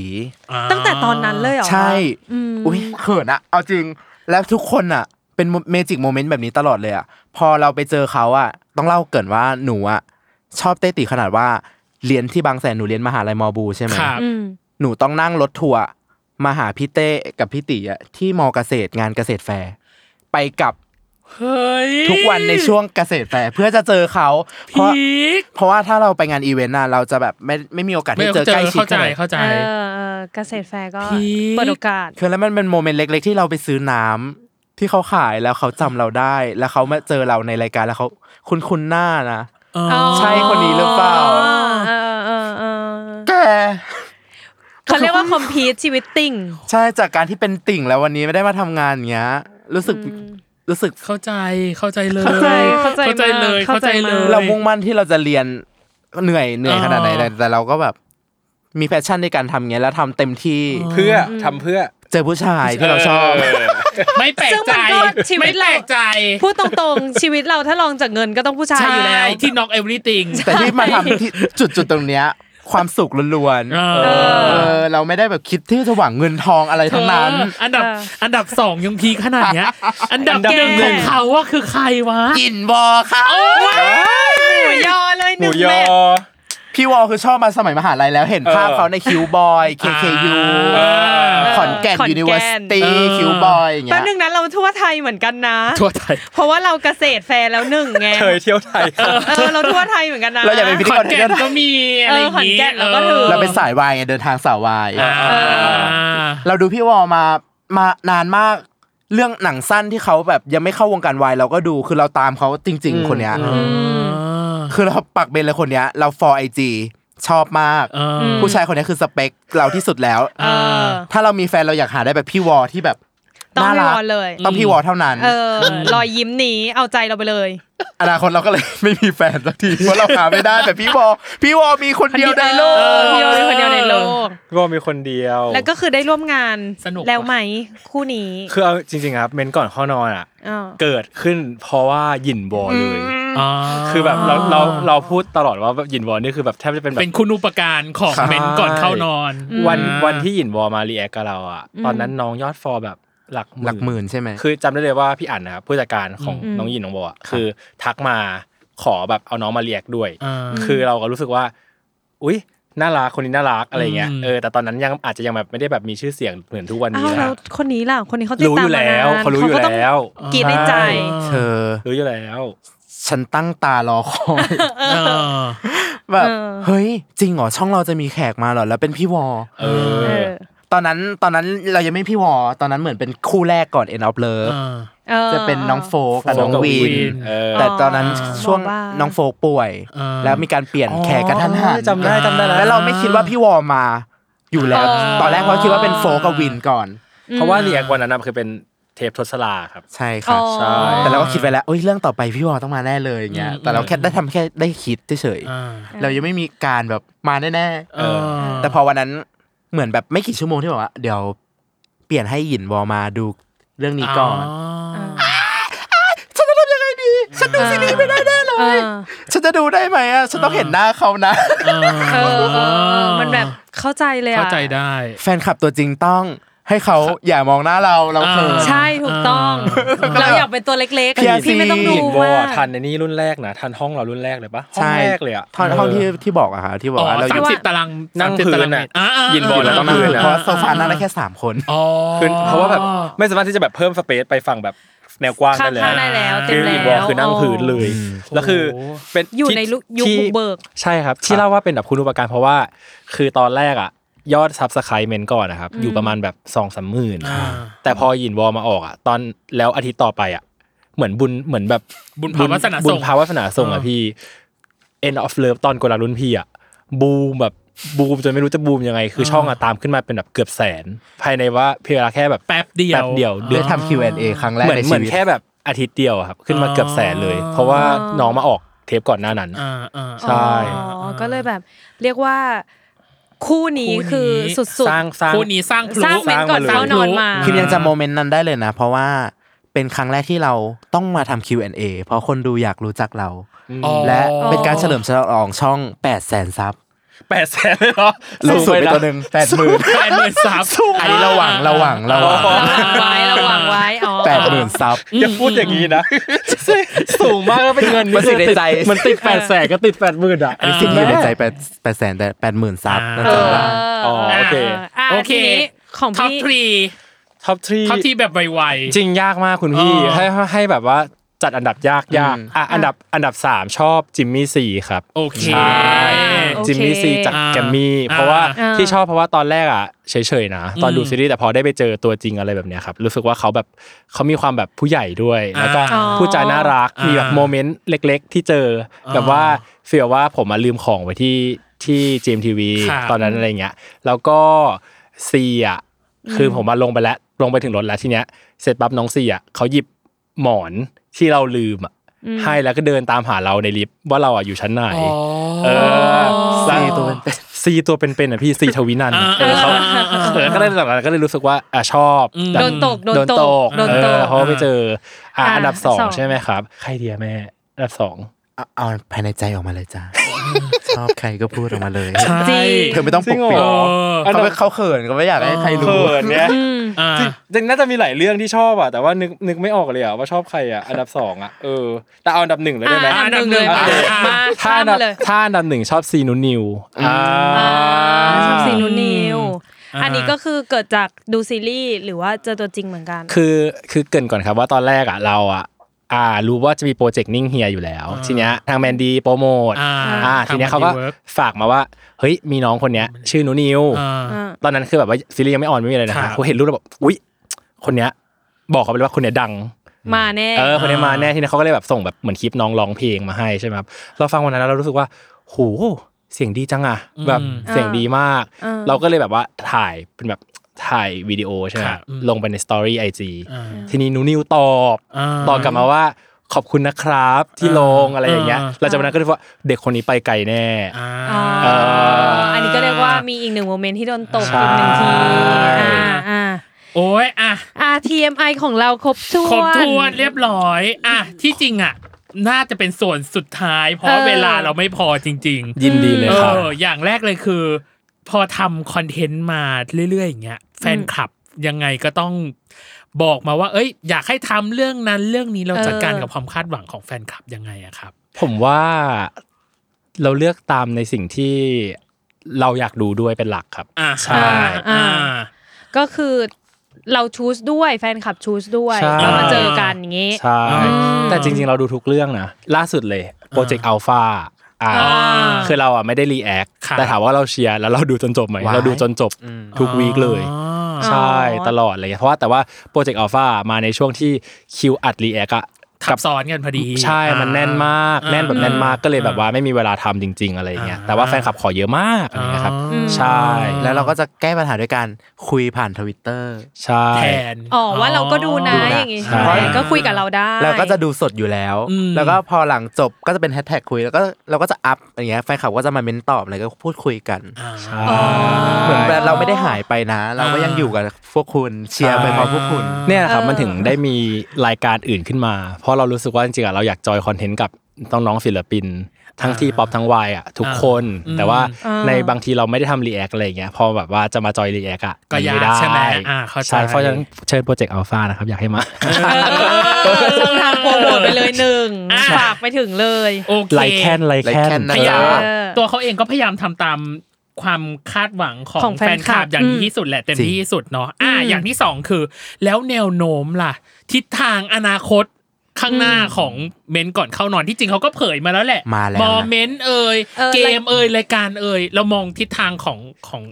S1: อ่า
S2: ตั้งแต่ตอนนั้นเลยเหรอคะ
S4: ใช่
S2: อืม
S4: อุ้ยเขินอะเอาจริง แล้วทุกคนอะเป็นเมจิกโมเมนต์แบบนี้ตลอดเลยอะพอเราไปเจอเขาอะต้องเล่าเกรินว่าหนูอะชอบเต้ตีขนาดว่าเรียนที่บางแสนหนูเรียนมหาลัยมอบูใช่ไหม
S1: ครับ
S2: อืม
S4: หนูต้องนั่งรถทัวร์มาหาพี่เต้กับพี่ตีอะที่มอเกษตรงานเกษตรแฟร์ไปกลับ
S1: เฮ้ย
S4: ทุกวันในช่วงเกษตรแฟร์เพื่อจะเจอเขาเพ
S1: พี
S4: ราะ
S1: ค
S4: เพราะว่าถ้าเราไปงานอีเวนต์อะเราจะแบบไม่ไม่มีโอกาส
S1: ไม่
S4: ที่
S1: เจ
S4: เจ
S1: อ
S4: อใกล้ชิด
S1: เข้าใจ
S4: ขนาด
S1: เข้าใจ
S2: เออเออเกษตรแฟร์ก็
S1: พีค
S2: เปิดโอกาส
S4: คือแล้วมันเป็นโมเมนต์เล็ก ๆ ที่เราไปซื้อน้ำที่เขาขายแล้วเขาจำเราได้ แล้วเขามาเจอเราในรายการแล้วเขาคุ้นคุ้นๆหน้านะ
S1: เออ
S4: ใช่คนนี้หรือเปล่า
S2: เออเออเออ
S4: แก
S2: เขาเรียกว่าคอมพีทชีวิตติ่ง
S4: ใช่จากการที่เป็นติ่งแล้ววันนี้ไม่ได้มาทำงานอย่างเงี้ย รู้สึกรู้สึก
S1: เข้าใจเข้าใจเลย
S2: เข้าใจเข้าใจ
S1: เข้าใจเลย
S2: มาก
S1: เข้าใจเล
S2: เข้าใจมา
S1: ย
S2: ก
S4: เรามุ่งมั่นที่เราจะเรียนเหนื่อยเหนื่อยขนาดไหน
S1: อ๋อ
S4: แต่แต่เราก็แบบมีแพชชั่นในการทำเงี้ยแล้วทำเต็มที่
S3: เพื่อทำเพื่อ
S4: เจอผู้ชายที่เราชอบ
S3: เ
S1: ไม่แปลก
S2: ซึ่ง
S1: ใจ
S2: มันก็ชีวิ
S1: ไม่
S2: ต
S1: แป
S2: เรา
S1: ลกใจ
S2: พูดตรงๆ ชีวิตเราถ้าลองจากเงินก็ต้องผู้ชายอยู่แล้ว
S1: ที่ knock everything
S4: แต่ที่มาทำที่จุดจุดๆตรงเนี้ย ความสุขล้วน
S1: เออ
S4: ๆเออเราไม่ได้แบบคิดที่จะหวังเงินทองอะไรทั้งนั้น
S1: เอออันดับ
S2: เออ
S1: อันดับสองยังพีคขนาดเนี้ย อันดับ
S2: อันดับ
S1: หนึ่ง
S2: แก
S1: ของเขาว่าคือใครวะ
S4: กินวอค่ะ
S2: หมูยอเลยห
S3: หมู
S2: นึ่ง
S3: ย
S2: แม่
S3: อ
S4: พี่วอคือชอบมาสมัยมหาลัยแล้วเห็นภาพ
S3: เออ
S4: เขาในคิวบอย KKU
S1: อ่า
S4: ขอนแก่นยูนิเวอร์ซิตี้
S1: เออ
S4: คิวบอยอย่าง
S2: แป๊บ
S4: เงี้ย
S2: นึงนะเราทั่วไทยเหมือนกันนะ
S1: ทั่วไทย
S2: เพราะว่าเราเกษตรแฟร์แล้วหนึ่งไง
S3: เคยเที่ยวไทยค่ะ
S2: เออเราทั่วไทยเหมือนกันนะ
S4: เราอยากเป็นพิ
S1: ข
S4: ธี
S1: อก น
S4: ร
S1: แก่นก็มีอะไรอย่างงี้
S2: เออขอนแก่นเราก็ถือ
S4: เราเป็นสายวายไงเดินทางสายวาย
S1: อ่า
S4: เราดูพี่วอมามานานมากเรื่องหนังสั้นที่เขาแบบยังไม่เข้าวงการวายเราก็ดูคือเราตามเขาจริง ๆ คนเนี้ย คือเราปักเบนเลยคนเนี้ย เราฟอร์ไอจีชอบมาก
S1: เออ
S4: ผู้ชายคนเนี้ยคือสเปคเราที่สุดแล้ว
S1: อ่า
S4: ถ้าเรามีแฟนเราอยากหาได้แบบพี่วอที่แบบ
S2: ต้อง
S4: น่า
S2: พี่
S4: รั
S2: ว
S4: ก
S2: อเลย
S4: ต้องพี่วอเท่านั้น
S2: เออรอยยิ้มนี้เอาใจเราไปเลย
S4: อนาคตเราก็เลย ไม่มีแฟนสักทีเพราะเราหาไม่ได้แต่พี่วอพี่วอมีคนเดียวในโลก
S2: เออพี่วอเป็นคนเดียวในโลก
S3: ก็มีคนเดียว
S2: แล้วก็คือได้ร่วมงาน
S1: สนุก
S2: แล้วไหมคู่นี้
S3: คือเอาจริงๆครับเมนก่อนเข้อนอนอ่ะ
S2: อ่า
S3: เกิดขึ้นเพราะว่าหยินวอเลย
S1: อ่า
S3: คือแบบเราเราเราพูดตลอดว่าแบบหยินวอนี่คือแบบแทบจะเป็นแบบ
S1: เป็นคุณอุปการของ
S3: ใช่
S1: เบนก่อนเข้านอน
S3: วันวันที่หยินวอมารีแอคกับเราอ่ะ ตอนนั้นน้องยอดฟอร์แบบหลัก
S4: หลักหมื่นใช่ไหม
S3: คือจำได้เลยว่าพี่อั๋นนะครับผู้จัดการของ
S2: อืม
S3: น้องหยินน้องวออะคือทักมาขอแบบเอาน้องมารีแอคด้วย
S1: อ่า
S3: คือเราก็รู้สึกว่า อุ๊ย น่ารัก คนนี้น่ารักอะไรเงี้ย
S1: อืม
S3: เออ แต่ตอนนั้นยังอาจจะยังแบบไม่ได้แบบมีชื่อเสียงเหมือนทุกวัน
S2: อ้า
S3: นี้
S2: วแล้
S3: นะ
S2: วคนนี้ล่ะ คนนี้เขาติด
S3: รู้
S2: ตา
S3: อ
S2: ม
S3: ยู่
S2: มา
S3: แล้
S2: นาน
S3: ว เขารู้อยู่
S2: ก็ต้อง
S3: แล้ว
S2: กรี๊ดในใจ
S4: เธอ
S3: รู้อยู่แล้ว
S4: ฉันตั้งตารอค อย
S1: อ่า
S4: แบบ
S2: เออ
S4: เฮ้ย จริงเหรอช่องเราจะมีแขกมาเหรอแล้วเป็นพี่วอ
S3: เอ
S2: เอ
S3: อ
S2: อ
S4: ตอนนั้นตอนนั้นเรายังไม่พี่วอ ตอนนั้นเหมือนเป็นคู่แรกก่อน End of Love
S1: อ่า
S2: เออ
S4: จะเป็นน้องโฟกกับน้อง
S3: โฟกกับ
S4: วี
S3: วี
S4: น
S3: นเออ
S4: แต่ตอนนั้น
S1: อ๋อ
S4: ช่วง
S2: มองบ้าง
S4: น้องโฟกป่วย
S1: อ่า
S4: แล้วมีการเปลี่ยนแขกกระทันหัน
S3: จำได้จำได้แล้ว
S4: แล้วเราไม่คิดว่าพี่วอมาอยู่แล้ว
S1: อ่า
S4: ตอนแรกเพราะคิดว่าเป็นโฟกับวินก่อน
S3: เพราะว่าเรียกวันนั้นนะคือเป็น เทปทศลาครับ
S4: ใช่
S2: อ๋
S4: ค่ะ
S2: อ
S3: ใช่
S4: แต่เราก็คิดไปแล้วเอ้ยเรื่องต่อไปพี่วอต้องมาแน่เลยอย่างเงี้ย
S1: อืม
S4: แต่เราแค่ได้ทำแค่ได้คิดเฉย
S1: อ่า
S4: ๆเรายังไม่มีการแบบมาแน่ๆ
S1: เอ
S4: เออ
S1: อ
S4: แต่พอวันนั้นเหมือนแบบไม่กี่ชั่วโมงที่บอกว่าเดี๋ยวเปลี่ยนให้หยินวอมาดูเรื่องนี้ก่อน
S1: อ่า
S4: ฉันจะทำยังไงดี ฉันดูซีรีส์ไม่ได้แน่เล
S2: เอย อ
S4: ฉันจะดูได้ไหมอ่ะ ฉันต้องเห็นหน้าเขานะ
S2: เออเออ มันแบบเข้าใจเลยอะ
S1: เข้าใจได้
S4: แฟนคลับตัวจริงต้อง ให้เขาอย่ามองหน้าเราเราเขิน
S1: อ่า
S2: ใช่ถูกต้อง เราอยากเป็นตัวเล็ก
S4: เพียร์
S2: ๆ พี่ไม่ต้อง
S4: ซี
S2: ดู
S3: เห็นวอ
S2: ว่า
S3: ร์ทันในนี่รุ่นแรกนะทันห้องเรารุ่นแรกเลยปะห้อง
S4: ใช่
S3: แรกเลยอ่ะ
S4: ท่อนห้องที่ที่บอกอะค่ะที่บอก
S1: อ๋อ
S4: ว่าเราอ
S1: สาม
S4: ยู่
S1: สิบตาราง
S3: นั่ง
S1: สามสิบตา
S3: พื้น
S1: ราง
S3: น่ะ
S1: เมตรอ่าๆ
S3: ยินบอลแล้
S4: เรา
S3: ว
S4: ต้อง
S3: นั่ง
S4: นั่
S3: พื้
S4: ง
S3: นอะ
S4: เพราะโซฟานั่งได้แค่สามคน
S1: อ๋อ
S3: คือเพราะว่าแบบไม่สามารถที่จะแบบเพิ่มสเปซไปฝั่งแบบแนวกว้าง
S2: ข้า
S3: ได้เลย
S2: งๆได้แล้วเต็
S3: คื
S2: ม
S3: อ
S2: แล้
S3: อีวอร์
S2: ว
S3: คือนั่งพื้นเลยแล้วคือเป็น
S2: อยู่ในลุคยุค
S3: ที่
S2: บุกเบิก
S3: ใช่ครับ ที่เล่าว่าเป็นแบบคุณอุปการเพราะว่า คือตอนแรกอ่ะ ยอดซับสไครเมนก่อนนะครับ อยู่ประมาณแบบสองสามหมื่น
S1: อ่า
S3: แต่พอหยินวอร์มาออกอ่ะ ตอนแล้วอาทิตย์ต่อไปอ่ะ เหมือนบุญเหมือนแบบ
S1: บุญภาวาสนา
S3: บุ
S1: ส่ง
S3: ญภาวาสนาส่ง
S1: อ่า
S3: อ่ะพี่ end of love ตอนกดลารุ่นพี่อ่ะบูมแบบบูมจนไม่รู้จะบูมยังไง คือช่องอ่ะตามขึ้นมาเป็นแบบเกือบแสน ภายในว่าเพียงแค่แบบ
S1: แป๊บเดียว
S3: แป๊บเดียวเดื
S4: ได้
S3: อน
S4: ทำ Q&A ครั้งแรก
S3: เหมือน
S4: ใน
S3: เหมื
S4: ชี
S3: อน
S4: วิต
S3: แค่แบบอาทิตย์เดียวอะครับ ขึ้นมา
S1: อ๋อ
S3: เกือบแสนเลย เพราะว่าน้องมาออกเทปก่อนหน้านั้น
S1: อ่าอ่า
S3: ใช่
S2: อ๋อก็เลยแบบเรียกว่าคู่นี้
S1: คู่นี้
S2: คือสุด
S3: สร้างสร้าง
S1: คู่นี้สร้างพลุ
S2: ๆ สร้างเมนท์ก่อน
S3: สร้า
S2: เข้างน
S3: มาเลย
S2: อนมา
S1: อ่
S4: คือยังจำโมเมนต์นั้นได้เลยนะ เพราะว่าเป็นครั้งแรกที่เราต้องมาทำ Q&A เพราะคนดูอยากรู้จักเรา
S1: อ๋อ
S4: และเป็นการเฉลิมฉลองช่อง8 0 0 0 0 0ซับ
S3: แปดแสนเลยเหรอ
S4: ลงสุดไปตัวหนึ่ง8 0 0 0 0
S1: แปดหมื่นสาม
S4: อันนี้เราหวังเราหวังเราหวัง
S2: เราหวังไว้เราหวังไว้อ๋อ
S4: แปดหมื่นซับ
S3: อย่าพูดอย่างนี้นะ สูงมากแล้วเป็นเงิน
S4: มันสิ่งในใจ
S3: มันติดแปดแสนก็ติดแปดหมื่นอ่ะ
S4: อันนี้สิ่งที่อยู่ในใจแปดแปดแสนแต่แปดหมื่นซับนะ
S2: เออ
S4: จ๊ะ
S3: อ๋อโอเค
S2: ะ
S1: โอเค
S2: ทีนี้ของ
S1: ท็อป
S2: พี่
S1: ทรี
S3: ท็อปทรี
S1: ท็อปทรีแบบไว
S3: จริงยากมากคุณพี่
S1: เออ
S3: ให้ให้แบบว่าจัดอันดับยากยากอ่ะอันดับอันดับสามชอบจิมมี่ซีครับ
S1: ๆโอเค
S3: ใช่
S2: โอเค
S3: จิมมี่ซีจาก
S1: อ่า
S3: แกรมมี่
S1: อ่า
S3: เพราะว่า
S2: อ่า
S3: ที่ชอบเพราะว่าตอนแรกอ่ะเฉยๆนะ ตอนดูซีรีส์แต่พอได้ไปเจอตัวจริงอะไรแบบเนี้ยครับรู้สึกว่าเขาแบบเขามีความแบบผู้ใหญ่ด้วย
S1: อ่า
S3: แล้วก็ผู้จาน่ารัก
S1: อ่ามี
S3: มีแบบโมเมนต์เล็ก ๆ ที่เจออแบบว่าเฟียว่าผมมาลืมของไว้ที่ที่จีมทีวี
S1: ครับ
S3: ตอนนั้นอะไรเงี้ย แล้วก็ซีอ่ะ คือผมมาลงไปแล้วลงไปถึงรถแล้วทีเนี้ยเสร็จปั๊บน้องซีอ่ะเขาหยิบหมอนที่เราลืมอ่ะให้แล้วก็เดินตามหาเราในลิฟต์ว่าเราอ่ะอยู่ชั้นไหน เออ
S4: ซี ตัวเป็น
S3: ซีตัวเป็นๆอ่ะพี่ซีทวินันท์เออเขาเออก็เลยหลังจากนั้นก็เลยรู้สึกว่าอ่ะชอบ
S1: อืม
S3: แต่
S2: โดนตกโดนตก
S3: โดน
S2: โดนต
S3: ต
S2: ก
S3: กเออเพราะว่าไม่เจออ่ะ
S2: อ่ะ
S3: อันดับสอง
S2: สอง
S3: ใช่ไหมครับใครเดียแม่อันดับสอง
S4: เอาเอาภายในใจออกมาเลยจ้าชอบใครก็พูดออกมาเลย
S2: จริง
S4: เธอไม่ต้องปกปิด
S1: เออ
S4: เขาไม่เขาเขินก็ไม่อยากให้ใครรู้
S3: เขินเนี่ย
S1: อ่า
S3: จริงๆน่าจะมีหลายเรื่องที่ชอบอ่ะแต่ว่านึกนึกไม่ออกเลยอ่ะว่าชอบใครอ่ะอันดับสองอ่ะเออแต่เอาอันดับหนึ่งเลยได้ไหม
S1: อ่ะ
S2: อันดับหนึ่งเลย
S1: อันดับหนึ่ง
S2: มามา
S3: ถ้า
S2: ข้าม
S3: อันดั
S2: มา
S3: บ
S2: เลย
S3: ถ้าอันดับหนึ่งชอบซีนูนิวอ่า
S2: อ่าชอบซีนูนิว
S1: อ่า
S2: อันนี้ก็คือเกิดจากดูซีรีส์หรือว่าเจอตัวจริงเหมือนกัน
S3: คือคือเกรินก่อนครับว่าตอนแรกอ่ะเราอ่ะอ่ารู้ว่าจะมีโปรเจกต์นิ่งเฮียอยู่แล้ว ทีเนี้ยทางแมนดีโปรโมท
S1: อ่า
S3: อ่า
S1: ทำ
S3: ทีเนี้ยเขาก็
S1: ดีวิร์
S3: ฝากมาว่าเฮ้ยมีน้องคนเนี้ย ชื่อนูนิว
S1: อ่า
S3: ตอนนั้นคือแบบว่าซีรีส์ยังไม่ออนไม่มีอะไรนะ
S1: ครั
S3: คะ
S1: บ
S3: เขาเห็นรูปแล้วแบบอุ้ยคนเนี้ยบอกเขาไปเลยว่าคนเนี้ยดัง
S2: มาแน่
S3: เออคนนี้มาแน่ทีนี้เขาก็เลยแบบส่งแบบเหมือนคลิปน้องร้องเพลงมาให้ใช่ไหมครับเราฟังวันนั้นแล้วเรารู้สึกว่าโหเสียงดีจังอะแบบเสียงดีมาก เราก็เลยแบบว่าถ่ายเป็นแบบถ่ายวิดีโอใช่ไหม
S1: ครับอืม
S3: ลงไปในสตอรี่ไอจี
S1: อ่า
S3: ทีนี้หนูนิวตอบ
S1: อ่า
S3: ตอบกลับมาว่าขอบคุณนะครับ ที่ลงอะไรอย่างเงี้ย
S1: อ่า
S3: หลังจากนั้นก็เลยว่าเด็กคนนี้ไปไกลแน่
S1: อ่า
S2: อ๋อ
S3: เอออั
S2: อันนี้ก็เรียกว่ามีอีกหนึ่งโมเมนต์ที่โดนตก
S3: ใช่
S2: อีกหนึ่งทีอ่าอ่า
S1: โอ้ยอ่ะ
S2: อ่า TMI ของเราครบถ้วน
S1: ครบถ้วนเรียบร้อย อ่ะ ที่จริงอ่ะ น่าจะเป็นส่วนสุดท้าย เพราะ
S2: เออ
S1: เวลาเราไม่พอจริง
S3: ยินดี
S1: ๆ
S3: เลย
S1: เอ
S3: ครับ
S1: อ อย่างแรกเลยคือ พอทำคอนเทนต์มาเรื่อยๆอย่างเงี้ย แฟนคลับยังไงก็ต้องบอกมาว่า เอ้ย อยากให้ทำเรื่องนั้นเรื่องนี้เราจัดการกับความคาดหวังของแฟนคลับยังไงอะครับ
S3: ผมว่าเราเลือกตามในสิ่งที่เราอยากดูด้วยเป็นหลักครับ
S1: อ่ะ
S3: ใช่
S1: อ่า
S2: ก็คือเราชูสด้วยแฟนคลับชูสด้วย
S3: ใช่
S2: แล้วมาเจอกันอย่างงี้
S3: ใช่ แต่จริงๆ เราดูทุกเรื่องนะ ล่าสุดเลยโปรเจกต์อัลฟาอ่า
S2: อ่า
S3: คือเราอ่ะไม่ได้รีแอค
S1: ครับ
S3: แต่ถามว่าเราเชียร์แล้วเราดูจนจบไหม
S4: ว้าย
S3: เราดูจนจบทุกวีคเลย
S1: อ๋อ
S3: ใช่ ตลอดเลย เพราะว่าแต่ว่าโปรเจกต์อัลฟามาในช่วงที่คิวอัดรีแอคอะ
S1: ทับซ้อนกันพอดี
S3: ใช่ มันแน่นมาก
S1: อ่า
S3: แน่นแบบแน่นมากก็เลยแบบว่าไม่มีเวลาทำจริง ๆ อะไรอย่างเงี้ย แต่ว่าแฟนคลับขอเยอะมากอะไรอย่างเงี้ยครับ
S2: อืม
S3: ใช่
S4: แล้วเราก็จะแก้ปัญหาด้วยการคุยผ่านทวิตเตอร์
S3: ใช่
S1: แทน
S2: อ๋อว่าเราก็ดูนะอย่างงี้
S3: ใช่
S2: ใช่ไหมก็คุยกับเราได้
S4: เราก็จะดูสดอยู่แล้ว
S1: อืม
S4: แล้วก็พอหลังจบก็จะเป็นแฮชแท็กคุยแล้วก็เราก็จะอัพอย่างเงี้ยแฟนคลับก็จะมาเม้นตอบอะไรก็พูดคุยกัน
S3: ใช่
S4: เหมือนแบบเราไม่ได้หายไปนะ เราก็ยังอยู่กับพวกคุณเชียร์ไปพร้อมพวกคุณ
S3: เนี่ยแหละครับมันถึงได้มีรายการอื่นขึ้นมา เพราะเรารู้สึกว่าจริงๆอะเราอยากจอยคอนเทนต์กับน้องๆศิลปิน ทั้งที่ป๊อปทั้งวายอ่ะทุกคน แต่ว่าในบางทีเราไม่ได้ทำรีแอคอะไรอย่างเงี้ยพอแบบว่าจะมาจอยรีแอคอ่ะ
S1: ก็ยาก
S3: นด้
S1: ใช่ไหมอ่าเข้าใจ
S3: ใช่เพราะฉะนั้นเชิญโปรเจกต์อัลฟานะครับ อยากให้มา
S2: เออช่องทางโปรโมทไปเลยหนึ่ง
S1: อ่ะ
S2: ฝากไปถึงเลย
S1: โอเค
S3: ไลแคนไลแค
S4: ไลแคน นนะ
S1: พยายาม
S2: เออ
S1: ตัวเขาเองก็พยายามทำตามความคาดหวังขอ
S2: ของ ง
S1: แฟ
S2: แฟ
S1: น
S2: น
S1: ค
S2: คลั
S1: ลับบ อย่าง
S2: อืม
S1: ดีที่สุดแหละเต็มที่ที่สุดเนาะอ่าอย่างที่สองคือ แล้วแนวโน้มล่ะ ทิศทางอนาคตข้างหน้าของเมนก่อนเข้านอนที่จริงเขาก็เผยมาแล้วแหละ
S4: มาแล้ว
S1: ม
S4: นะ
S1: อเมนเอ่ย
S2: เออ
S1: เกมเอ่ยรายการเอ่ยเรามองทิศทางของของ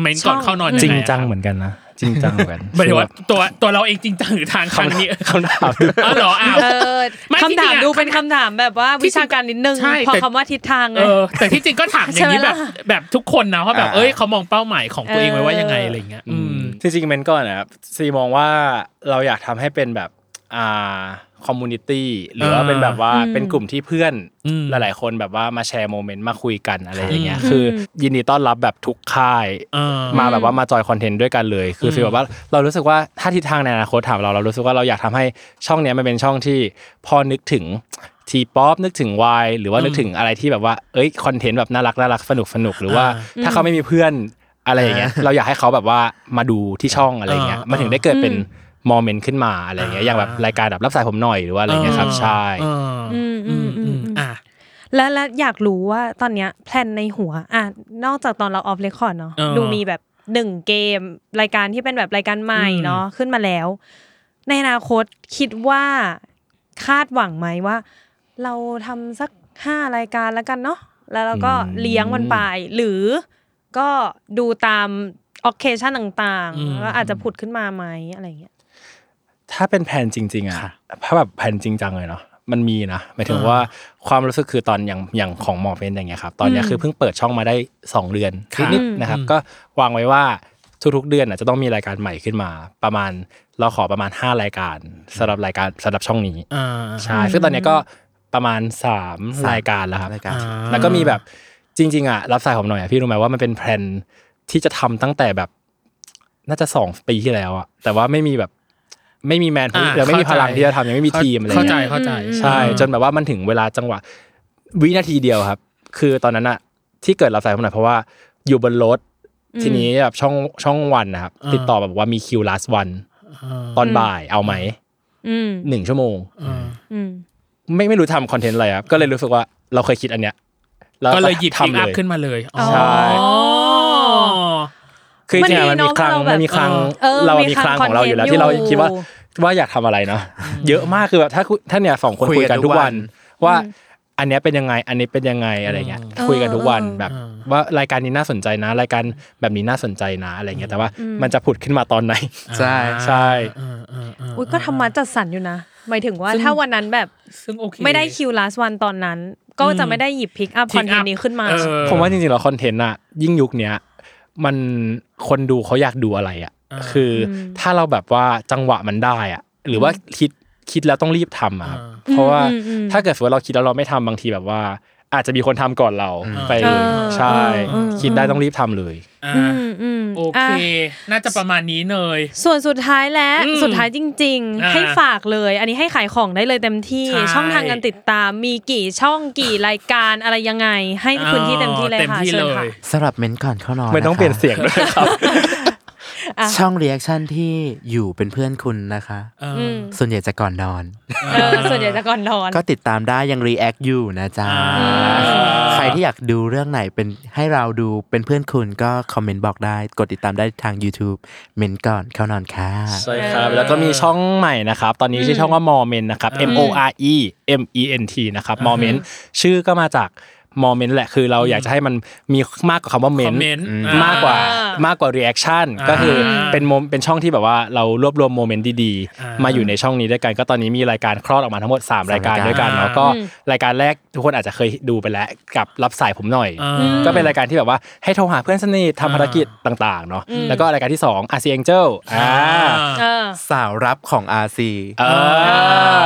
S1: เมนก่อนเข้านอน
S2: ช่อ
S3: จริง
S1: ยัไอะ
S3: จังเหมือนกันนะจริงจังเหมือนกัน
S1: หมายถึงว่าตัวตัวเราเองจริงจังหรือทางครั้งนี้
S3: คำถาม
S1: อ๋อเหรออ้าว
S2: เออ
S1: ไม่ที่
S2: คำ
S1: จริ
S2: ถาม
S1: งอะ
S2: ดูเป็นคำถามแบบว่า
S1: ที่จ
S2: วิ
S1: ริง
S2: ชาการนิดนึง
S1: ใช่
S2: พอ
S1: แต่
S2: คำว่าทิศทางไง
S1: เออแต่ที่จริงก็ถามอย่างนี้แบบ
S2: ใช่ไหมล่ะ
S1: แบบทุกคนนะว่าแบบ
S4: อ่า
S1: เอ้ยเขามองเป้าหมายของตัวเองไว้ว่ายังไง
S2: เอออ
S1: อะไรอย่างเงี้ยอืม
S3: จริงๆเมนก่อนนะครับซีมองว่าเราอยากทำให้เป็นแบบอ่าคอมมูนิตี้หรือว่า
S1: อ่า
S3: เป็นแบบว่า
S2: อืม
S3: เป็นกลุ่มที่เพื่อน
S1: อืม
S3: หลายๆคนแบบว่ามาแชร์โมเมนต์มาคุยกันอะไรอย่างเงี้ย
S1: อืม
S3: คือยินดีต้อนรับแบบทุกค่าย
S1: อ่า
S3: มาแบบว่ามาจอยคอนเทนต์ด้วยกันเลย คือฟีลแบบว่าเรารู้สึกว่าถ้าทิศทางในอนาคตถามเราเรารู้สึกว่าเราอยากทำให้ช่องเนี้ยมันเป็นช่องที่พอนึกถึงทีป๊อปนึกถึงวายหรือว่านึกถึงอะไรที่แบบว่าเอ้ยคอนเทนต์แบบน่ารักน่ารักสนุกสนุกหรือว่าถ้าเขาไม่มีเพื่อนอะไรอย่างเงี้ยเราอยากให้เขาแบบว่ามาดูที่ช่องอะไรอย่างเงี้ย
S1: อ่ามั
S3: มันถึงได้เกิดเป็นโมเมนต์ขึ้นมาอะไรอย่างเงี้ยอย่างแบบรายการแบบรับสายผมหน่อยหรือว่าอะไรอย่างเงี้ยครับใช่
S1: อ่า
S2: อืมอืมอืม
S1: อ่า
S2: และและอยากรู้ว่าตอนเนี้ยแพลนในหัวอ่ะนอกจากตอนเราออฟเรคคอร์ดเนาะ
S1: เออ
S2: ดูมีแบบหนึ่งเกม รายการที่เป็นแบบรายการใหม่
S1: อืม
S2: เนาะขึ้นมาแล้ว ในอนาคตคิดว่าคาดหวังไหมว่า เราทำสักห้ารายการแล้วกันเนาะแล้วเราก็เลี้ยงมันไป หรือก็ดูตามออเคชั่นต่างๆแล้วก็อาจจะผุดขึ้นมาไหมอะไรอย่างเงี้ย
S3: ถ้าเป็นแผนจริงๆอะถ้าแบบแผนจริงจังเลยเนาะมันมีนะหมายถึงว่า ความรู้สึกคือตอนอย่างอย่างของหมอเป็นอย่างเงี้ยครับตอนเนี้ย
S2: อืม
S3: คือเพิ่งเปิดช่องมาได้ 2 เดือน
S1: ครับ
S3: นิดๆนะครับก็วางไว้ว่าทุกๆเดือนอ่ะจะต้องมีรายการใหม่ขึ้นมา ประมาณเราขอประมาณ 5 รายการสำหรับรายการสำหรับช่องนี้
S1: อ่า
S3: ใช่ซึ่งตอนเนี้ยก็ประมาณ 3 รายการแล้วครับ
S4: รายการ
S3: แล้วก็มีแบบจริง ๆอ่ะรับสายผมหน่อยอ่ะพี่รู้ไหมว่ามันเป็นแพลนที่จะทำตั้งแต่แบบน่าจะสองปีที่แล้วอ่ะแต่ว่าไม่มีแบบไม่มีแมน
S1: อ่า
S3: ยังไม่มีพลัง
S1: เข้าใจ
S3: ที่จะทำยังไม่มีทีมอะไร
S1: เข้าใจ
S3: เงี้ย
S1: เข้าใจ
S3: ใช่จนแบบว่ามันถึงเวลาจังหวะ วินาทีเดียวครับ คือตอนนั้นอ่ะที่เกิดรับสายผมหน่อยเพราะว่าอยู่บนรถทีนี้แบบช่องช่องวันนะครับติดต่อแบบว่ามีคิว last วันตอน
S2: อืม
S3: บ่ายเอาไหม
S2: อืม
S3: หนึ่งชั่วโมง
S2: อืม
S3: ไม่ไม่รู้ทำคอนเทนต์อะไรครับก็เลยรู้สึกว่าเราเคยคิดอันเนี้ยแว
S1: ก็เลยหยิบพิก
S3: ทำ
S1: อั
S3: เล
S1: พ
S3: ย
S1: ขึ้นมาเลย
S3: ใช่
S1: อ๋อ
S3: คือจริงๆอะ
S2: มั
S3: มัน น
S2: ดี
S3: มีครั้ง
S2: เนอะ
S3: มันมีครั้ง
S2: เออ
S3: เรา
S2: มี
S3: มี
S2: ค
S3: ค
S2: รั้
S3: รั้
S2: ง
S3: งของเราอยู่แล้ว
S2: content
S3: ที่เรา
S2: อยู่
S3: คิดว่าว่าอยากทำอะไรเนาะเยอะมากคือแบบถ้าคุณถ้าเนี่ยสองคน
S4: คุ
S3: คุ
S4: ย
S3: ย
S4: กั
S3: กัน น
S4: ทุ
S3: ทุ
S4: ก
S3: ก
S4: วั
S3: วัน น ว่าอันเนี้ยเป็นยังไงอันนี้เป็นยังไงอะไรเงี้ยคุยกันทุกวันแบบ ว่ารายการนี้น่าสนใจนะ รายการแบบนี้น่าสนใจนะอะไรเงี้ยแต่ว่ามันจะผุดขึ้นมาตอนไหน
S4: ใช่
S3: ใช่
S2: อุ้ยก็ทำมาจัดสรรอยู่นะหมายถึงว่าถ้าวันนั้นแบบ
S1: ซึ่งโอเค
S2: ไม่ได้คิว last one ตอนนั้น ก็จะไม่ได้หยิบพิกอัพคอนเทน
S1: pick up
S2: ต์นี้ขึ้นมา
S1: เออ
S3: ผมว่าจริงๆแล้วคอนเทนต์อะยิ่งยุคเนี้ยมันคนดูเขาอยากดูอะไรอะคืออถ้าเราแบบว่าจังหวะมันได้อะหรือว่าคิดคิดแล้วต้องรีบทำอะครับเพราะว่า
S2: อืมอืมอืม
S3: ถ้าเกิดสมมติเราคิดแล้วเราไม่ทำบางทีแบบว่า อาจจะมีคนทำก่อนเราไปเลยใช่ คิดได้ต้องรีบทำเลย
S1: อ่า
S2: อืมอืม
S1: โอเค
S2: ะ
S1: น่าจะประมาณนี้เนย
S2: ส่วนสุดท้ายและ
S1: อืม
S2: สุดท้ายจริง
S1: อ่า
S2: ๆ ให้ฝากเลย อันนี้ให้ขายของได้เลยเต็มที่
S1: ใช่
S2: ช่องทางการติดตามมีกี่ช่องกี่รายการอะไรยังไง ให้พื้นที่เต็มที่เลย
S1: เต็ม
S2: ค่ะ
S1: ที่
S2: เชิ
S1: เล
S2: ญค่ะ
S1: ย
S4: สำหรับเมนก่อนเข้านอน
S3: ไม่ต้อง
S4: ะคะ
S3: เปลี่ยนเสียงด้วยครับ
S4: ช่องเรีแอคชั่นที่อยู่เป็นเพื่อนคุณนะคะ
S2: อืม
S4: ส่วนใหญ่จะก่อนนอน
S2: เออส่วนใหญ่จะก่อนนอน
S4: ก็ติดตามได้ยังรีแอคอยู่นะจ๊ะ ใครที่อยากดูเรื่องไหนเป็นให้เราดูเป็นเพื่อนคุณก็คอมเมนต์บอกได้ กดติดตามได้ทาง YouTube เมนก่อนเข้านอนค่ะ
S3: ใช่ครับแล้วก็มีช่องใหม่นะครับ ตอนนี้ชื่อช่องว่ามอเมนนะครับ M O R E M E N T นะครับมอเมนชื่อก็มาจากมอเมนแหละคือเราอยากจะให้มันมีมากกว่าคำว่าเมน
S1: comment
S3: มากกว่า มากกว่ารีแอคชั่น
S1: อ่า
S3: ก็คือเป็นโมเป็นช่องที่แบบว่าเรารวบรวมโมเมนต์ดี
S1: อ่า
S3: ๆ มาอยู่ในช่องนี้ด้วยกันก็ตอนนี้มีรายการคลอดออกมาทั้งหมด 3 รายการ
S5: สามรายการ
S3: ด้วยกันเนาะก็รายการแรกทุกคนอาจจะเคยดูไปแล้วกับรับสายผมหน่อย
S1: อ่า
S3: ก็เป็นรายการที่แบบว่าให้โทรหาเพื่อนสนิททำภารกิจต่างๆเนาะแล้วก็รายการที่2 RC Angel อ่า
S2: เออ
S4: สาวรับของอาซี
S3: เอ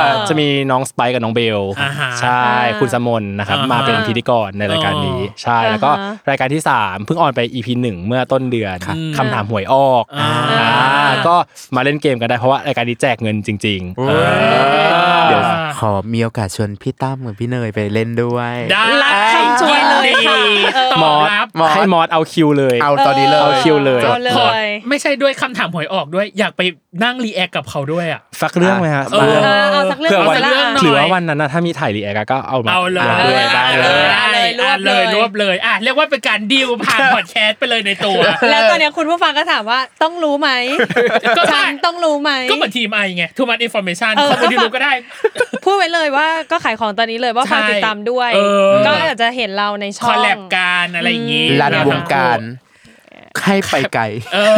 S3: อจะมีน้องสไปค์กับน้องเบล
S1: อ่าฮะ
S3: ใช่คุณสมนนะครับ
S1: อ่าม
S3: มาเป็นพิธีกรในรายการนี้
S1: อ๋อ
S3: ใช่แล้วก็
S2: อ่าฮะ
S3: รายการที่สามเพิ่งออนไป EP หนึ่งเมื่อต้นเดือนคำถามหวยออก
S1: อ่า
S3: อ่าก็มาเล่นเกมกันได้เพราะว่ารายการนี้แจกเงินจริงๆเออ
S4: เดี๋ยวขอมีโอกาสชวนพี่ตั้มกับพี่เนยไปเล่นด้วย
S1: ได้
S2: รับคำชวนเลยค่ะ
S1: ต
S3: ม
S1: อ
S3: อบส
S1: รับ
S3: ให้มอสเอาคิวเลย
S4: เอาตอนนี้เลย
S3: เอาคิวเลย
S2: เอาเล
S1: ขอย ไม่ใช่ด้วยคำถามหวยออกด้วย อยากไปนั่งรีแอคกับเขาด้วยอ่ะ
S3: ฟักเรื่องไหมฮะ
S1: เออ
S2: เออเอาสักเรื่อง
S1: ผื่อาสั
S3: เผื่อวัน
S1: กเรื่องหน่ย
S3: หรือว่าวันนั้นน่ะถ้ามีถ่ายรีแอคก็เอามา
S1: เอาเลย
S3: ได้เลยได้เลย
S1: ได้เลย
S2: รวบเลย
S1: อ่ะรวบเลยอ่ะเรียกว่าเป็นการดิวผ่านพอดแคสต์ไปเลยในตัว
S2: แล้วตอนเนี้ยคุณผู้ฟังก็ถามว่าต้องรู้ไหม
S1: ก็ใช่
S2: ฉันต้องรู้ไหม
S1: ก็เหมือนทีมไอไง too much information
S2: เออ
S1: ข้อมูลที่รู้ก็ได้
S2: พูดไว้เลยว่าก็ขายของตอนนี้เลยว่า
S1: ใช่
S2: ฝากติดตามด้วย
S1: เออ
S2: ก็อาจจะเห็นเราใน
S1: ค
S2: ช่อ
S1: อง ลแลบการอะไรอย่างงี้
S4: ลันวงการให้ไปไกล
S1: เออ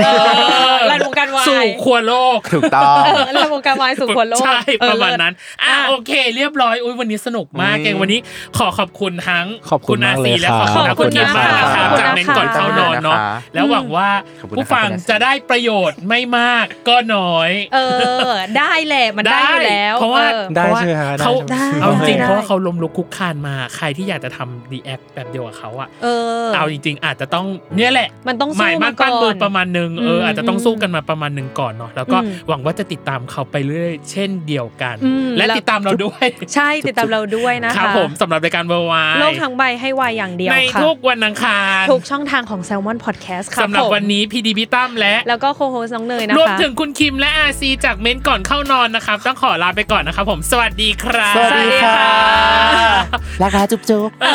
S2: ลั่นวงการวาย
S1: สู่ครัวโลก
S4: ถูกต้อง
S2: เออระบบการวายสู่คนโลก
S1: ใช่
S2: เออ
S1: ประมาณนั้น อ่ะ
S2: อ่ะ
S1: โอเค เรียบร้อยอุ้ยวันนี้สนุกมากเองวันนี้ขอขอบคุณทั้ง
S3: ขอบคุ
S1: อาม
S3: ณากเล
S1: ซี
S3: ย
S1: และ
S3: ค่ะ
S1: ขอบ
S2: ขอบคุ
S1: คุณ
S2: ณ
S1: กิมมากนะค
S2: ค่ะ
S1: รับ
S2: ขอบคุณ
S1: จากเน้นก่อน
S2: นะคะ
S1: เข้านอนเนาะ
S4: ขอบคุณนะคะ
S1: แล้วหวังว่า
S4: ขอบคุณ
S1: ผู้
S4: นะคะ
S1: ฟัง
S4: คุณอาซี
S1: จะได้ประโยชน์ไม่มากก็น้อย
S2: เออ ได้แหละมันได้อยู่แล้ว
S1: เพราะว่า
S2: ออ
S3: ได้
S1: เพราะว่า
S3: ใช่ไหมฮะได้
S1: เขา
S3: ได้
S1: เอาจริงๆ
S2: ได้
S1: เพราะว่าเขาล้มลุกคลุกคลานมาใครที่อยากจะทำดีแอคแบบเดียวกับเขาอะ
S2: เออ
S1: เอาจริง ๆ อาจจะต้องเนี่ยแหละ
S2: มันต้องสู้
S1: หมายมั่นปั้น
S2: มาก่อน
S1: มือประมาณหนึ่งเอออ
S2: ม
S1: อาจจะต้องสู้กันมาประมาณหนึ่งก่อนเนาะแล้วก็
S2: อืม
S1: หวังว่าจะติดตามเขาไปเรื่อยๆเช่นเดียวกัน
S2: อืม
S1: และ
S2: แล้ว
S1: ติดตามเราด้วย
S2: ใช่ติดตามเราด้วยนะ
S1: ครั
S2: คะ
S1: บผมสำหรับรายการเบอร์วา
S2: โล
S1: ย
S2: กทั้งใบให้วายอย่างเดียว
S1: ใน
S2: ค่ะ
S1: ทุกวันอังคาร
S2: ทุกช่องทางของ Salmon Podcast ค่ะ
S1: สำหรับ
S2: ผม
S1: วันนี้พี่ดีพี่ตั้มและ
S2: แล้วก็โคโฮสน้องเนยนะคะ
S1: รวมถึงคุณคิมและอาซีจากเม้นก่อนเข้านอนนะครับ ต้องขอลาไปก่อนนะครับผมสวัสดีครับ
S4: สวัสดีค่ะ
S1: สวัสดีค่ะ
S4: ราคาจุ๊บจุ๊บ
S2: เอ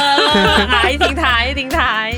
S2: อท้ายทิ้งท้ายทิ้งท้าย